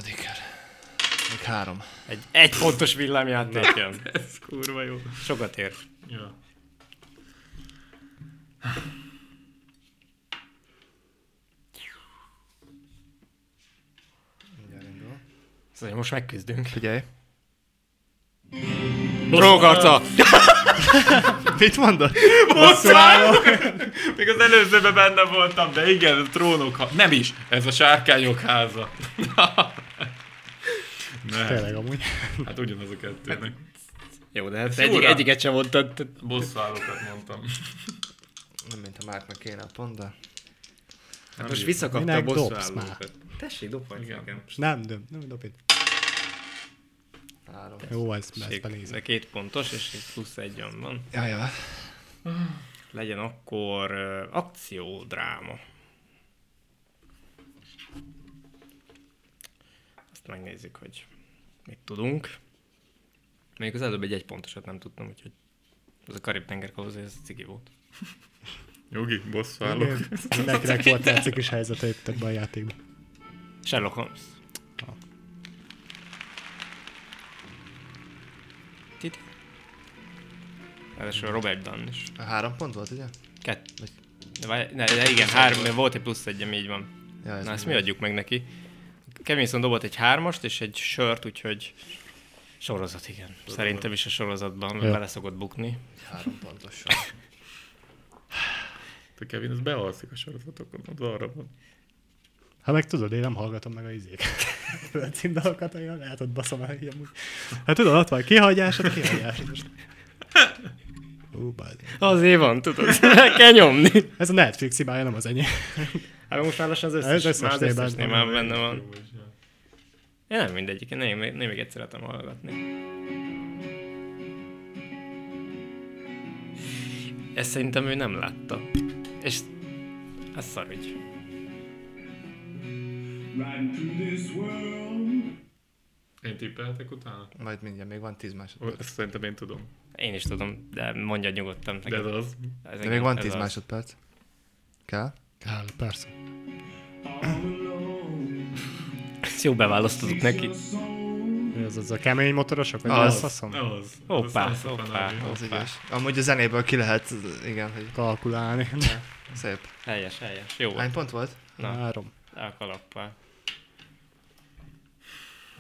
S2: Még három.
S3: Egy, egy pontos villámjáték jön.
S4: Ez kurva jó.
S3: Sokat ér.
S4: Ja.
S2: Mindjárt indul.
S3: Szóval most megküzdünk.
S2: Figyelj.
S3: Drogarca!
S2: Mit mondod?
S4: Még az előzőben benne voltam, de igen, a trónok ha... Nem is, ez a sárkányok háza. ne,
S5: Tényleg amúgy.
S4: hát ugyanaz a kettőnek.
S3: Jó, de hát
S4: jó
S3: egyik,
S4: rá.
S3: egyiket sem mondtad. tehát-
S4: Bosszálókat mondtam.
S2: Nem, mint a Márknak kéne a pont, de...
S3: Hát most visszakapta a
S5: Minek
S3: bosszú
S5: dobsz
S3: állókat. Tessék, dobhatsz
S4: Igen.
S3: nekem.
S5: Nem, nem, nem dobj.
S2: Három.
S5: Jó, ez, ezt
S3: Tessék,
S5: benézem.
S3: De két pontos, és egy plusz egy jön van.
S2: Jaj, jaj.
S3: Legyen akkor ö, akciódráma. Azt megnézzük, hogy mit tudunk. Még az előbb egy egy pontosat nem tudtam, úgyhogy ez a Karib-tenger kalózai, ez cigi volt.
S4: Jogi, bosszálok.
S5: Mindenkinek volt játszik helyzete itt ebben a játékban.
S3: Sherlock Holmes. Tit. Ráadásul Robert Dunn is.
S2: Három pont volt, ugye?
S3: Kett. De várj, ne, de igen, három, mert volt egy plusz egyem, így van.
S2: Ja,
S3: Na, ezt mi adjuk meg neki. Kevinson dobott egy hármast és egy sört, úgyhogy sorozat, igen. Szerintem is a sorozatban, mert
S5: Ja.
S3: bele szokott bukni.
S2: Három pontos.
S4: Te Kevin, ez bealszik a sorozatokon, ott arra van.
S5: Ha meg tudod, én nem hallgatom meg a izéket. A címdalokat, olyan lehet, hogy baszom el így amúgy. Hát tudod, ott van kihagyásod, kihagyásod most. Ó, bád.
S3: Azért van, tudod, le kell nyomni.
S5: Ez a Netflix hibája, nem az enyém.
S3: Hát most már lassan az
S5: Ez
S3: összes,
S5: összes
S3: már az
S5: tében
S3: összesnél
S5: van.
S3: már benne van. Én nem mindegyik, én még, én még egyszer szeretem hallgatni. Ezt szerintem ő nem látta. És ez szar ügy.
S6: Riding through this world.
S4: Én tippelhetek utána?
S2: Majd mindjárt, még van 10
S4: Ó,
S2: másodperc.
S4: Ezt szerintem én tudom.
S3: Én is tudom, de mondja nyugodtan.
S4: De ez az.
S3: ez
S2: De még van 10 másodperc. Kell?
S5: Kell, persze.
S3: Ezt jó beválasztottuk neki.
S5: Mi Az az a kemény motorosok, vagy
S2: Az.
S5: mi az faszom?
S4: Nem az.
S3: Hoppá,
S4: Ez Sunset
S3: hoppá,
S4: Canary.
S2: Az
S3: hoppá.
S2: Ah, ügyes. Amúgy a zenéből ki lehet, igen, hogy
S5: Kalkulálni.
S2: szép.
S3: Helyes, helyes. Jó
S2: Hány
S3: volt.
S2: pont volt?
S3: Na.
S5: Három.
S3: Elkalappá.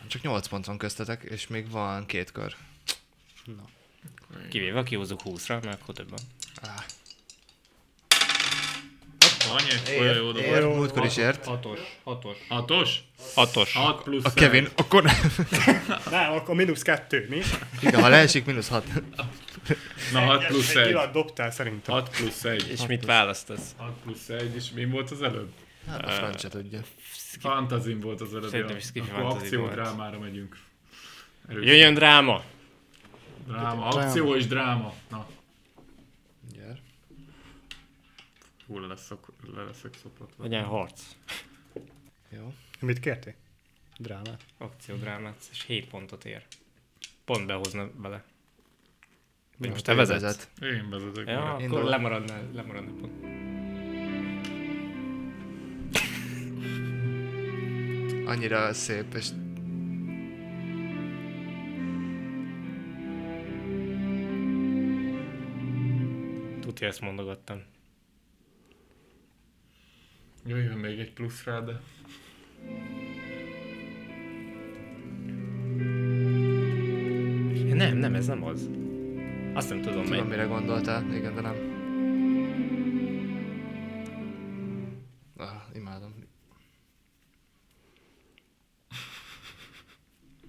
S2: Csak 8 pont van köztetek, és még van két kör.
S3: Kivéve, aki hozok 20-ra, mert akkor több van.
S4: Annyi? Olyan jó
S2: Ér,
S4: dolog.
S2: múltkor is ért.
S3: Hatos, hatos.
S4: Hatos?
S3: Hatos.
S4: Hat plusz
S2: A Kevin, akkor nem.
S5: Na, akkor mínusz kettő, mi?
S2: Igen, ha leesik, mínusz hat. Hát
S4: Na, hat plusz
S5: Egy
S4: egy.
S5: ilyet dobtál szerintem.
S4: Hat plusz egy.
S3: És mit választasz?
S4: Hat plusz egy, és mi volt az előbb?
S2: Hát a francia tudja.
S4: Fantazin volt az előbb.
S3: Szerintem is Skiffy
S4: Akkor
S3: Fantasy
S4: akció
S3: volt.
S4: drámára megyünk. Erős.
S3: Jöjjön dráma!
S4: Dráma, akció és dráma. Na,
S2: Mindjárt.
S4: hú, le leszek, le leszek szopatva.
S3: Legyen harc.
S2: Jó.
S5: Mit kértél? Drámát.
S3: akciódrámát, és 7 pontot ér. Pont behozna bele. Mit most te
S2: Ő
S3: vezetsz?
S4: Én vezetek.
S3: Ja,
S4: Ja.
S3: akkor
S2: Indulok.
S3: lemaradnál, lemaradnál pont.
S2: Annyira szép, és
S3: Tudja, ezt mondogattam.
S4: Jöjjön még egy plusz rá, de...
S3: Nem, nem, ez nem az. Azt nem tudom,
S2: tudom,
S3: melyik.
S2: mire gondoltál. Igen, de nem. Ah, imádom.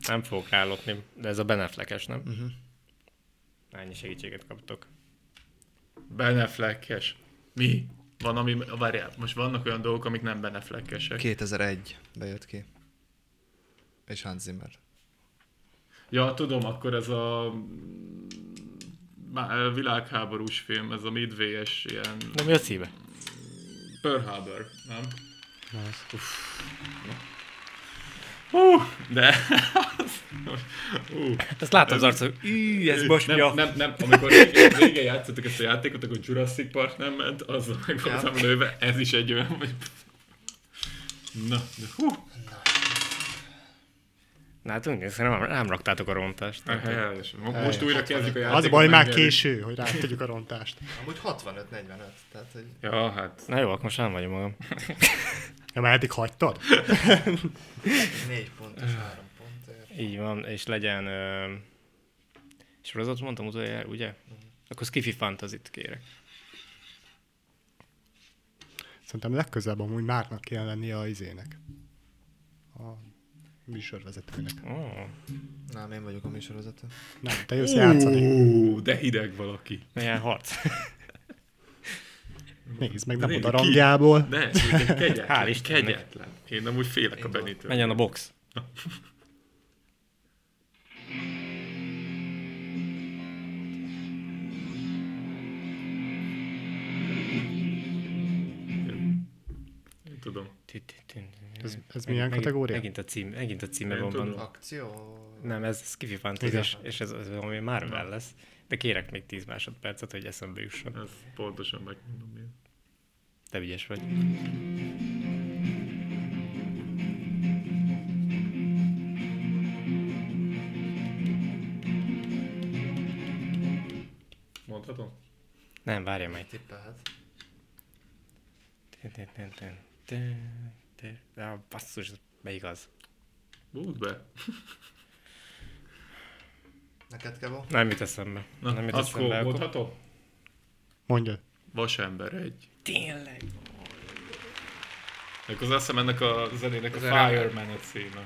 S3: Nem fogok rálopni, de ez a beneflekes, nem? Uh-huh. Ennyi segítséget kaptok.
S4: Beneflekkes. Mi? Van, ami... Várjál, most vannak olyan dolgok, amik nem beneflekkesek.
S2: 2001 bejött ki. És Hans Zimmer.
S4: Ja, tudom, akkor ez a Má- világháborús film, ez a midway-es ilyen
S3: De mi a címe?
S4: Pearl Harbor, nem? Hú, de... Hú,
S3: Ezt látom az arcok. Ű, ez most mi
S4: nem,
S3: a...
S4: nem, nem, amikor régen, régen játszottuk ezt a játékot, akkor Jurassic Park nem ment, azzal meg voltam lőve, ez is egy olyan, hogy... Na, de hú,
S3: Na hát úgy néz, ki, nem, nem raktátok a rontást.
S4: hát, helyes. Most újra kezdjük a játékot.
S5: Az a baj, már
S4: megnyerjük.
S5: késő, hogy rátudjuk a rontást.
S2: Amúgy 65-45, tehát hogy...
S4: Ja, hát...
S3: Na jó, akkor most nem vagyok magam.
S5: Ja, már eddig hagytad?
S2: 4 pontos, 3 pontért.
S3: Így van, és legyen... Ö... Sorozatot mondtam utoljára, ugye? Akkor Skiffy Fantasit kérek.
S5: Szerintem legközelebb amúgy Márknak kéne lennie a izének. A műsorvezetőnek.
S3: Oh.
S2: Nem, én vagyok a műsorvezető.
S5: Nem, te jössz játszani.
S4: Ú, de hideg valaki.
S3: Milyen harc?
S5: Nézd meg, nem
S4: De
S5: oda
S4: ki?
S5: rangjából.
S4: De, ez egy kegyetlen.
S3: Hál' Istennek.
S4: kegyetlen. Én amúgy félek a Benitől.
S3: Menjen a box.
S4: tudom.
S5: Ez- ez milyen kategória?
S3: Megint a, cím, megint a címe
S4: Nem
S3: van
S4: tudom.
S3: benne.
S2: Akció.
S3: Nem, ez Skiffy Fantasy, és, és ez, ez valami már no. lesz. De kérek még 10 másodpercet, hogy eszembe jusson.
S4: Ez pontosan megmondom én.
S3: Te ügyes vagy.
S4: Mondhatom?
S3: Nem, várja meg.
S2: Tippelhet.
S3: Tün, tün, tün, tün, tün, tün. Á, basszus, melyik az?
S4: Bújt be.
S2: Neked kell
S3: Nem jut eszembe.
S4: Na,
S3: Nem jut
S4: akkor
S3: eszembe. Akkor...
S4: mondhatom?
S5: Mondja.
S4: Vasember egy.
S3: Tényleg.
S4: Meg az eszem ennek a zenének a
S2: Az a
S4: Fireman a címe.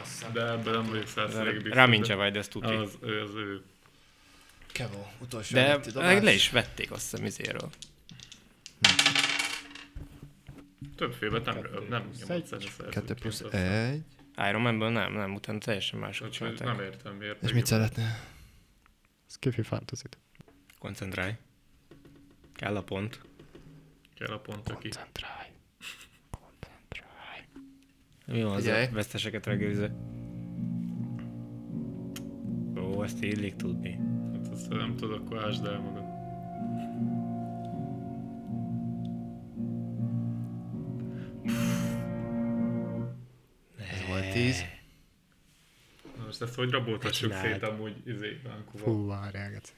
S2: Azt hiszem.
S4: De ebben nem vagyok száz százalék biztos,
S3: Raminja
S4: de-
S3: vagy, de ezt tudni.
S4: Az, ő, az ő.
S2: Kevó, utolsó
S3: De
S2: előtti dobás.
S3: le is vették azt hiszem izéről.
S4: Többféle nem, nem nyomott
S2: Kettő
S4: zeneszerzőként.
S2: plusz
S4: Plusz...
S2: egy.
S3: Iron Manből nem, nem, utána teljesen mások
S4: Nem
S3: csinálták.
S4: értem miért.
S2: És mit szeretne?
S5: Skiffy fantasy
S3: Koncentrálj. Kell a pont.
S4: Kell a pont, aki.
S5: Koncentrálj.
S3: Mi van az
S2: Figyelj.
S3: a veszteseket reggeliző? Ó, ezt illik tudni.
S4: Hát azt ha nem tudod, akkor ásd el magad.
S2: Ez volt tíz.
S4: Na most ezt hogy raboltassuk
S3: Hát csináld.
S4: szét amúgy izé, Vancouver.
S5: Fú, várjál, geci.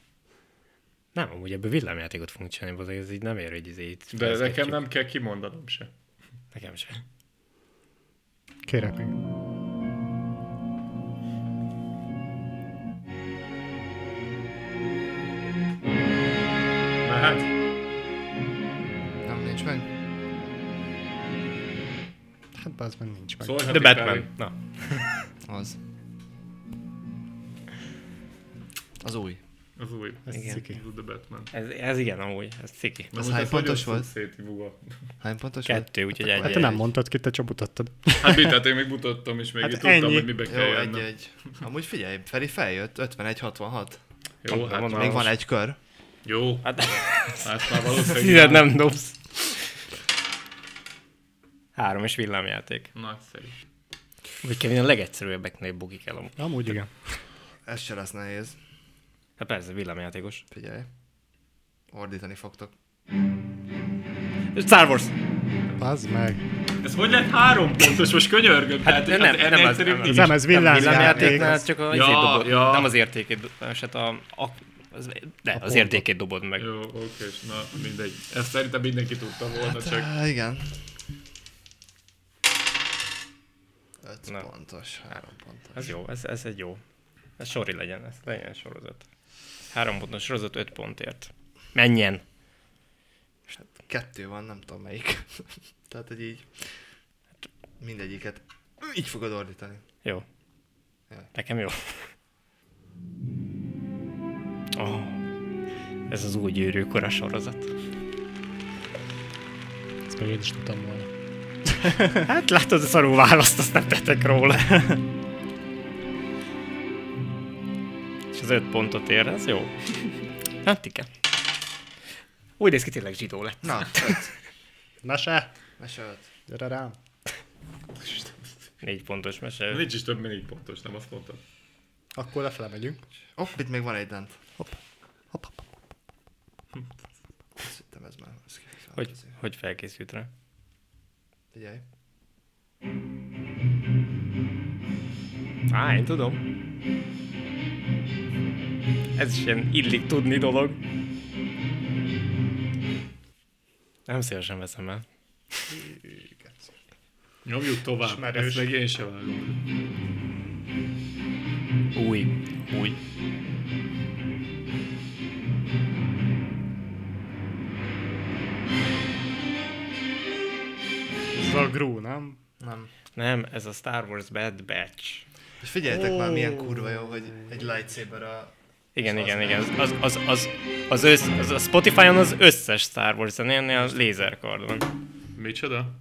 S3: Nem, amúgy ebből villámjátékot fogunk csinálni, bazeg, ez így nem ér, hogy izé itt
S4: De nekem
S3: fejezgetjük.
S4: nem kell kimondanom se.
S3: Nekem sem.
S5: Kérek még.
S4: Mehet?
S2: Nem, nincs meg.
S5: Hát bazd meg nincs meg.
S4: Szólj,
S3: The Batman. Na,
S2: Az. Az új.
S4: Az új.
S5: Ez
S3: igen.
S5: ciki.
S4: Az The Batman.
S3: ez, ez igen amúgy, ez ciki.
S4: Na
S2: Ez
S4: most
S2: hány
S4: ezt hogy
S2: pontos
S4: osszuk
S2: volt?
S4: Szét, Ivuga?
S2: Hány pontos volt?
S3: Kettő, úgyhogy egy.
S5: Hát te
S3: egy.
S5: nem mondtad ki, te csak mutattad.
S4: Hát mit, hát én még mutattam, és még
S5: Hát
S4: hát tudtam,
S5: ennyi.
S4: hogy mibe kell
S2: Jó,
S4: jönnöm.
S2: egy-egy. Amúgy figyelj, Feri feljött, 51-66.
S4: Jó, hát
S3: Mondom.
S2: Még
S3: most-
S2: van egy kör.
S4: jó,
S3: Hát,
S4: hát már valószínűleg
S3: tized nem dobsz. Három és villámjáték.
S4: nagyszerű.
S3: Vagy kell a legegyszerűbbeknél bugik el amúgy.
S5: Amúgy igen.
S2: Ez se lesz nehéz.
S3: Hát persze, villámjátékos.
S2: Figyelj. Ordítani fogtok.
S3: Star Wars!
S5: Bazd meg.
S4: Ez hogy lett három pontos? Most könyörgöm.
S3: Hát nem, nem, nem, az, nem, az,
S5: Nem, ez villámjáték.
S3: villámjátéknál csak a
S4: Ja,
S3: ja, dobod,
S4: ja.
S3: ja. nem az értékét, do- és hát a, a az, de, az értékét dobod meg.
S4: Jó, oké, és na mindegy. Ezt szerintem mindenki tudta
S2: Hát,
S4: volna, csak
S2: Á, igen. 5
S3: Na.
S2: pontos, 3 pontos.
S3: Ez jó, ez, ez egy jó. Ez sori legyen, ez legyen sorozat. Három pontos sorozat, öt pontért. Menjen!
S2: hát Kettő van, nem tudom melyik. Tehát, hogy így hát mindegyiket így fogod ordítani.
S3: Jó.
S2: Jaj.
S3: Nekem jó. Oh, ez az új gyűrűkora sorozat.
S5: Ezt még én is tudtam volna.
S3: Hát látod, szarú választ, azt nem tettek róla. És az öt pontot ér, ez jó. Hát igen. Úgy néz ki, tényleg zsidó lett.
S2: Na, öt.
S5: Na se!
S2: Mese öt.
S5: Gyere rám!
S3: Négy pontos mese.
S4: nincs is több, mint négy pontos, nem azt mondtam.
S5: Akkor lefele megyünk.
S2: Hopp, itt még van egy lent.
S5: Hopp, hopp, hopp.
S2: Azt hittem ez már. Ez kifizet.
S3: Hogy, hogy felkészült rá?
S2: Figyelj.
S3: Á, én tudom. Ez is ilyen illik tudni dolog. Nem szívesen veszem el.
S4: Nyomjuk tovább,
S5: Ismerős.
S4: ezt meg én sem vágom.
S3: Új. Új.
S5: Zagrú, nem?
S2: Nem.
S3: Nem, ez a Star Wars Bad Batch.
S2: És figyeljetek már, milyen kurva jó, hogy egy lightsaber a...
S3: Igen,
S2: És
S3: igen,
S2: az
S3: igen. Az, az, az, az, az, össz, az a Spotify-on az összes Star Wars zenénél a lézerkard van.
S4: Micsoda?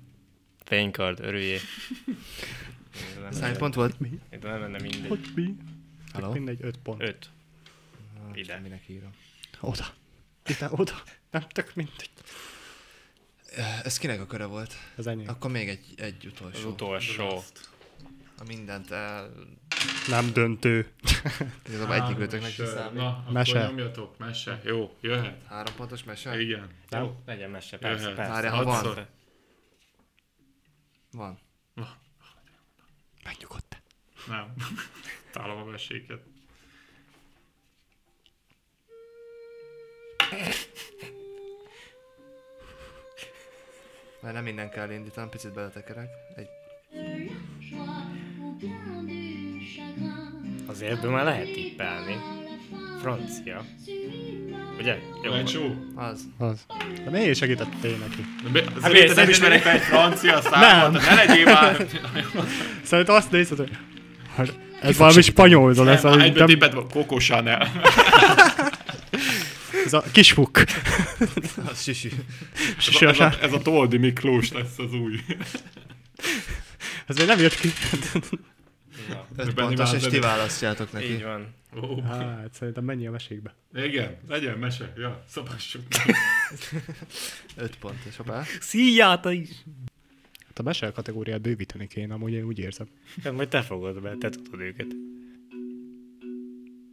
S3: Fénykard, örüljé.
S2: Ez hány pont volt?
S3: Itt nem lenne mindegy.
S5: Hogy mi?
S2: Hello?
S5: Mindegy, öt pont.
S3: Öt. Ide.
S2: Minek írom?
S5: Oda. Ide, oda. Nem tök mindegy.
S2: Ez kinek a köre volt?
S5: Ez ennyi.
S2: Akkor még egy, egy utolsó.
S3: Utolsó.
S2: A mindent el...
S5: Nem döntő.
S2: Igazából egyik ötöknek se
S4: Sör.
S2: számít.
S4: Na, akkor
S5: Mese.
S4: nyomjatok, mese. Jó, jöhet.
S2: Három pontos mese?
S4: Igen.
S3: Jó, legyen messe, persze,
S4: Jöhet.
S3: persze.
S2: Hát, Várjál, ha van.
S4: Hatszor.
S2: Van.
S5: Megnyugodt.
S4: Nem. Tálom a meséket.
S2: Mert nem innen kell indítanom, picit beletekerek. Egy...
S3: Azért ebből már lehet tippelni. Francia. Ugye? Jó.
S4: Lencsó.
S2: Az.
S5: Az. De miért segítettél neki?
S4: Hát miért nem ismerek fel egy francia számot?
S5: Nem.
S4: Ne legyél már!
S5: Szerintem azt nézed, hogy Hát ez valami spanyol zon, ez,
S4: Nem,
S5: a,
S4: Egyben
S5: nem,
S4: tippet van. Coco Chanel.
S5: ez a kisfuk.
S2: Az sisű.
S4: Ez a- ez
S5: Sose.
S4: a- Ez a Toldi Miklós lesz az új.
S5: Ez még nem jött ki.
S2: Öt
S4: Benni
S2: pontos, és
S4: Vándor.
S2: ti választjátok
S3: Így
S2: neki.
S3: van.
S4: Ó,
S5: Hát szerintem mennyi a mesékbe.
S4: Igen, legyen mese. Ja, szabassuk.
S2: Öt pontos, hoppá.
S3: Szíjáta is!
S5: Hát a mese kategóriát bővíteni kéne, amúgy én úgy érzem.
S3: De Hát majd te fogod be, te tudod őket.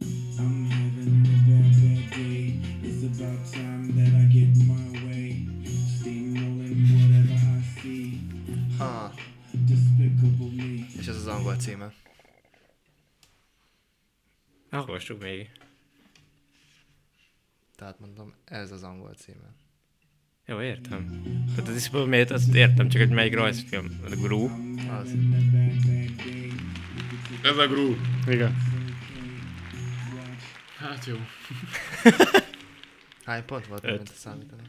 S10: I'm having a bad, bad day. It's about time that I get my way. Steamrolling whatever I see.
S2: Ha,
S10: Despicable me.
S2: és ez az angol címe.
S3: Hallgassuk még.
S2: Tehát mondom, ez az angol címe.
S3: Jó, értem. Tehát az is miért azt értem, csak hogy melyik rajzfilm. A Gru.
S2: Az.
S4: Ez a grú.
S5: Igen.
S4: Hát jó.
S2: Hány pont volt, mint számítani?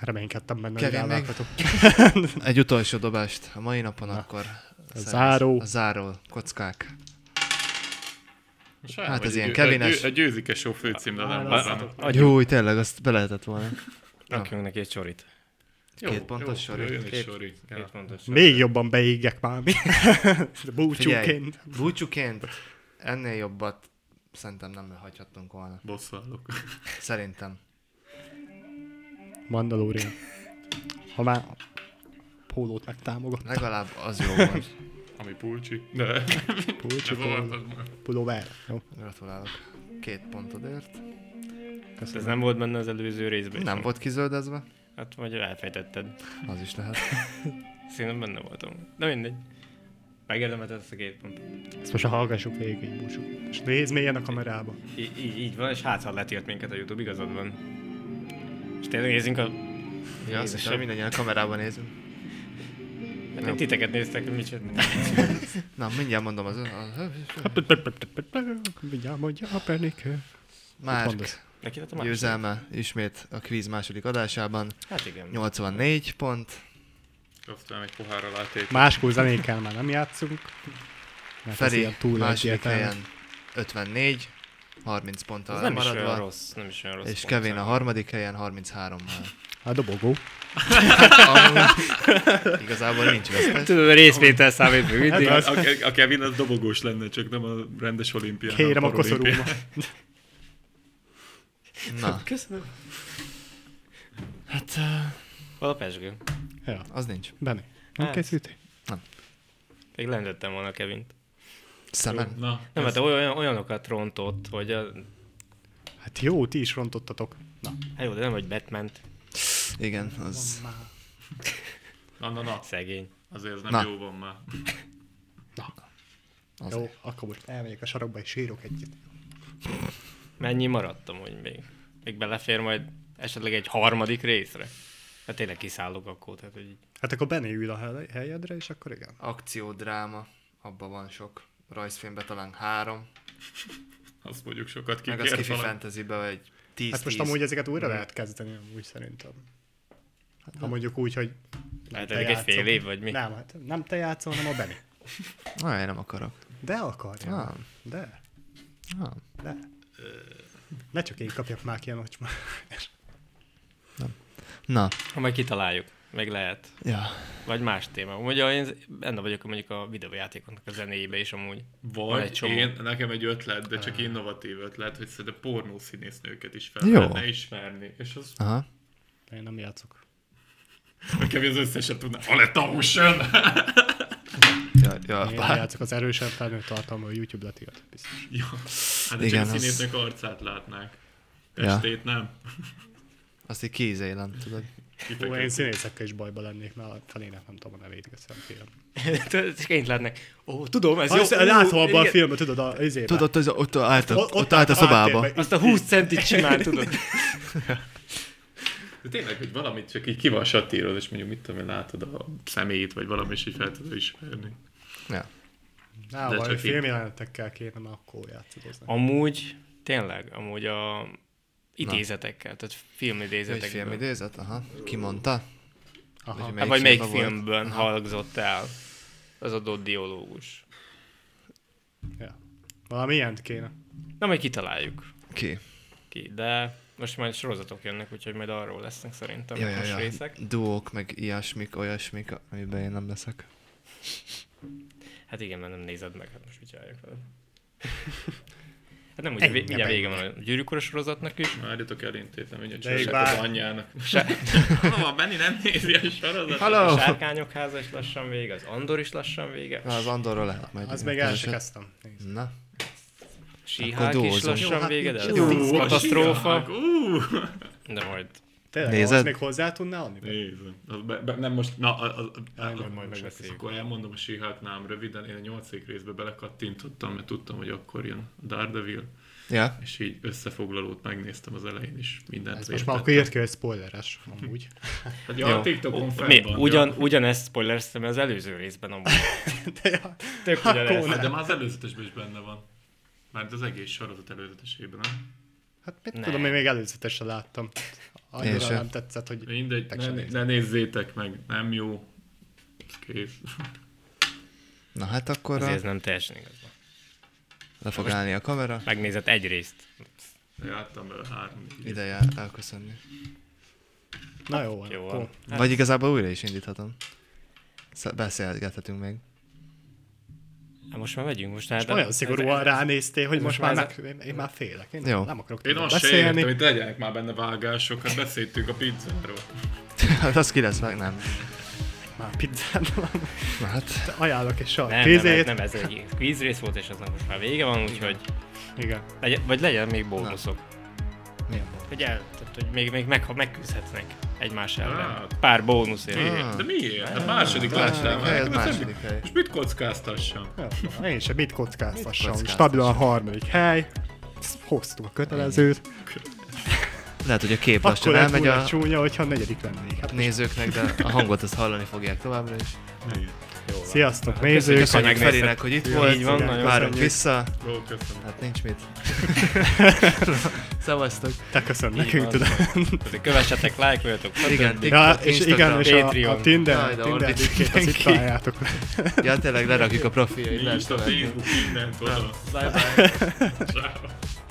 S5: Reménykedtem benne, hogy
S2: Kevin még?
S5: ráláthatok.
S2: Egy utolsó dobást a mai napon Na. akkor. szervez-
S5: záró.
S2: A záró kockák.
S4: Most sajnálom,
S2: Hát ez
S4: hogy
S2: ilyen
S4: győ-
S2: kevines.
S4: A, győ, a győzikes show főcímre nem hozzám.
S2: Jó, tényleg, azt be lehetett volna.
S3: Rakjunk neki egy csorit.
S4: Jó,
S2: Két pontos
S4: jó,
S2: sor.
S4: Jöjjön egy
S3: Két-
S4: sori. Ja.
S3: Két pontos.
S5: Még jobban beégek már mi.
S2: Figyelj,
S5: Búcsúként.
S2: búcsúként ennél jobbat szerintem nem hagyhattunk volna.
S4: Bosszallok.
S2: Szerintem.
S5: Mandalorian. Ha már a pólót megtámogat.
S2: Legalább az jó volt.
S4: Ami pulcsi. De.
S5: Pulcsi
S4: Ez
S5: póló.
S4: olvasod már.
S5: Pulóver. Jó,
S2: Gratulálok. Két pontodért.
S3: Ez
S5: köszönöm.
S3: nem volt benne az előző részben.
S2: Nem volt kizöldezve.
S3: Hát vagy elfejtetted.
S2: Az is lehet.
S3: Szerintem benne voltam. De mindegy. Megérdemet ezt a két pont.
S5: Ezt most a hallgassuk végig egy búcsú. És nézd mélyen a kamerába.
S3: Í- így, így van, és hát ha letilt minket a Youtube, igazad van. És tényleg nézünk a...
S2: Ja, azt hiszem,
S3: Jézusom.
S2: mindannyian a kamerában nézünk.
S3: Hát nem titeket néztek, hogy mit csinálni.
S2: Na, mindjárt mondom az... az
S5: Mindjárt mondja a pernikő. mondasz?
S2: Márk
S3: Neki lett a másik?
S2: győzelme ismét a kvíz második adásában.
S3: Hát igen.
S2: 84 pont.
S4: Aztán egy pohárral átét.
S5: Máskor zenékkel már nem játszunk. Mert ez
S2: Feri
S5: ilyen túl
S2: második
S5: egyértelmű.
S2: helyen 54, 30 ponttal
S3: Ez nem is olyan
S2: lemaradva.
S3: rossz, nem is olyan rossz.
S2: És
S3: pont
S2: Kevin a
S3: szám.
S2: harmadik helyen 33-mal.
S5: A dobogó.
S2: Amúgy Igazából nincs vesztes.
S3: Tudom, a részvétel számít még
S5: Hát,
S3: mindig.
S2: Hát
S4: A, a- a Kevin az dobogós lenne, csak nem a rendes olimpián.
S5: Kérem a
S4: parolimpián.
S5: koszorúma.
S2: Na,
S3: Köszönöm.
S2: hát eh,
S3: Hol a pesgő?
S5: Ja,
S2: az nincs.
S5: Benni. Nem
S3: Hát.
S5: készültél?
S3: Még lendettem volna Kevint.
S2: Szemen.
S4: Na,
S3: Nem, hát olyan, olyanokat rontott, hogy a...
S5: Hát jó, ti is rontottatok. Na,
S3: Hát jó, de nem, hogy batman
S2: Igen, az...
S4: na, na, na.
S3: szegény.
S4: Azért ez nem
S2: Na.
S4: jó van már.
S2: az
S5: jó, akkor most elmegyek a sarokba és sírok egyet.
S3: Mennyi maradtam, hogy még? Még belefér majd esetleg egy harmadik részre? Hát tényleg kiszállok akkor, tehát hogy így.
S5: Hát akkor Benni ül a hely- helyedre, és akkor igen.
S2: Akció, dráma, abban van sok. Rajzfilmben talán három,
S4: Azt mondjuk sokat
S2: meg az
S4: kikért
S2: Kifi
S4: valami.
S2: Fantasy-ben egy 10
S5: Hát most amúgy ezeket újra lehet kezdeni, amúgy szerintem. Ha mondjuk úgy, hogy
S3: Hát
S5: te
S3: elég egy
S5: játszod.
S3: fél év, vagy mi?
S5: nem, hát nem te játszol, hanem a Benni.
S2: Na, én nem akarok.
S5: De akarja.
S2: Nem.
S5: De,
S2: Nem.
S5: de. Ne csak én kapjak már ki a nocsma.
S2: Na,
S3: Ha majd kitaláljuk, meg lehet.
S2: ja.
S3: Vagy más téma. Ugye én benne vagyok mondjuk a videójátékoknak a zenéjébe is amúgy. Van egy
S4: Vagy
S3: csomó.
S4: én, nekem egy ötlet, de csak innovatív ötlet, hogy szerintem pornószínésznőket is fel
S2: Jó.
S4: lehetne ismerni. És az
S2: Aha.
S5: Én nem játszok.
S4: Nekem az összeset tudná. Aletta Ocean!
S2: Ja, ja,
S5: Én
S2: bár...
S5: játszok az erősebb felnőtt tartalmú YouTube letilt. Biztos.
S4: ja. Hát de csak
S2: Igen,
S4: a
S2: az-
S4: színésznek arcát látnák.
S2: Ja.
S4: Testét nem.
S2: Azt így kézélem, tudod.
S5: Hú, én színészekkel is bajba lennék, mert a felének nem tudom a nevét igazán film.
S3: Ként lennek. Ó, tudom, ez
S5: Jó, azt,
S3: jó. Ú,
S5: látom abban a
S3: igen.
S5: filmben, tudod, a, izébe.
S2: Tudod, az, ott, állt a, ott, ott
S5: áll-
S2: állt a szobába.
S5: áttérbe.
S3: Azt a 20 centit simán tudod.
S4: De tényleg, hogy valamit csak így ki van satírod, és mondjuk mit tudom én, látod a szemét, vagy valami, és így fel tudod ismerni.
S2: Ja.
S5: Á,
S4: de csak
S5: valami
S4: így.
S5: filmjelenetekkel kéne, mert akkor játszadozni.
S3: Amúgy, tényleg, amúgy a idézetekkel, tehát
S2: Egy
S3: filmidézetekből.
S2: filmidézet? Aha. Ki mondta?
S5: Aha.
S2: Hogy
S3: Hát, vagy melyik
S2: filmben volt?
S3: filmben hallgzott el az adott dialógus.
S5: Ja. Valami ilyent kéne.
S3: Na, majd kitaláljuk
S2: Ki?
S3: ki, de most majd sorozatok jönnek, úgyhogy majd arról lesznek szerintem
S2: Ja,
S3: ja,
S2: ja,
S3: most ja,
S2: ja.
S3: részek.
S2: Duók, meg ilyesmik, olyasmik, amiben én nem leszek.
S3: Hát igen, mert nem nézed meg, hát most mit csináljak veled. Hát nem úgy, vé- mindjárt vége van a gyűrűkora sorozatnak is.
S4: Várjatok elintétem, hogy a
S5: De így
S4: csősek
S5: bár-
S4: az anyjának. Ha, Benni nem nézi a sorozatot.
S2: Hello!
S3: A sárkányok háza is lassan vége, az Andor is lassan vége,
S2: Na, az Andorra lehet majd.
S5: Az még el se
S2: eset.
S5: kezdtem. Nézd.
S2: Na,
S3: Sihák is
S2: duózunk.
S3: lassan
S2: Jó,
S5: hát
S3: vége, de az
S5: jó.
S3: X katasztrófa.
S4: Ú,
S3: De majd
S5: Tényleg,
S2: Nézed?
S5: Nézed? még hozzá tudnál adni?
S4: Nézem. Az be, be, nem most, na, a, a, a,
S5: Majd-
S4: a,
S5: majd
S4: most
S5: megbeszéljük.
S4: Akkor elmondom a síháknám röviden, én a nyolcék részbe belekattintottam, mert tudtam, hogy akkor jön a Daredevil,
S2: ja.
S4: és így összefoglalót megnéztem az elején is, mindent
S5: Ez most már akkor írt ki, hogy spoileres, amúgy.
S4: Hát, ja, a TikTokon fenn
S3: Mi?
S4: van,
S3: Ugyan,
S4: ja.
S3: ugyanezt spoilereztem az előző részben amúgy.
S5: De ja,
S3: Tök
S5: Akkor
S3: ugyanezt.
S5: ne.
S4: Hát, de már az előzetesben is benne van. Mert az egész sorozat előzetesében, nem?
S5: hát mit
S3: Ne.
S5: tudom, én még előzetesen láttam.
S2: Én
S5: Annyira
S2: sem.
S5: nem tetszett, hogy
S4: Mindegy,
S5: Meg
S4: ne,
S5: sem
S4: né-
S5: nézem.
S4: ne, nézzétek meg, nem jó. Ez Kész.
S2: Na hát akkor
S3: Azért ez
S2: a,
S3: nem teljesen igaz. van.
S2: le fog állni a kamera.
S3: Megnézed egy részt.
S4: Jártam vele három.
S2: Ide jár, elköszönni.
S5: na jó van.
S3: Jó
S5: Jó,
S3: van.
S2: Vagy igazából újra is indíthatom. Sz- Beszélgethetünk még.
S3: Hát most már megyünk most. Hát
S5: És olyan szigorúan ránéztél, hogy most
S3: most
S5: már
S3: már
S5: ne- én- én már félek. Én
S2: Jó.
S5: nem akarok
S4: Én
S5: többet
S4: azt se értem, hogy legyenek már benne vágások, hát beszéltünk a pizzáról.
S2: Hát az ki lesz meg, nem.
S5: Már pizzán van.
S2: Na hát,
S5: Ajánlok egy sajt
S3: Nem, nem,
S5: kézét.
S3: nem, ez egy quiz rész volt, és aznak most már vége van, úgyhogy
S5: Igen.
S3: legyen, vagy legyen még bónuszok.
S2: milyen volt?
S3: Hogy el, tehát, hogy még, még meg, ha megküzdhetnek egymás ellen.
S4: Hát.
S3: Pár bónuszért.
S4: De miért? Hát második láttam.
S2: Hely, az
S4: Hát nem-
S2: második hely.
S4: Most mit kockáztassam?
S5: Jó van. Én sem mit kockáztassam.
S2: Mit
S5: Stabilan a harmadik hely. Ezt Hoztuk a kötelezőt.
S2: Lehet, hogy a kép
S5: Akkor
S2: lassan
S5: lett
S2: elmegy
S5: volna
S2: a
S5: csúnya, hogyha negyedik lennék. Hát,
S2: nézőknek, de a hangot azt hallani fogják továbbra is.
S5: Sziasztok, nézők!
S3: Hát, köszönjük.
S2: Köszönjük
S3: megnézted.
S2: Ferinek, hogy itt
S3: Így
S2: volt.
S3: van, nagyon
S2: Várunk
S5: köszönjük.
S2: vissza.
S4: Jó, köszönöm.
S2: Hát nincs mit. Szevasztok.
S5: Te köszön
S3: Így
S5: nekünk,
S3: van.
S5: tudod.
S3: Azért Kövessetek, lájkoljatok,
S2: Igen,
S3: stb.
S5: Ja,
S2: TikTok,
S5: és igen,
S2: Instagram.
S5: és a, a
S3: Patreon.
S5: Tinder,
S2: Jaj, de
S5: Tinder
S2: ordít
S5: linkét azt itt
S2: mindenki.
S5: találjátok.
S2: Ja, tényleg lerakjuk a profiljait.
S4: Insta,
S2: lehet követni.
S4: Facebook, mindent oda.
S2: Bye bye.
S4: Ciao.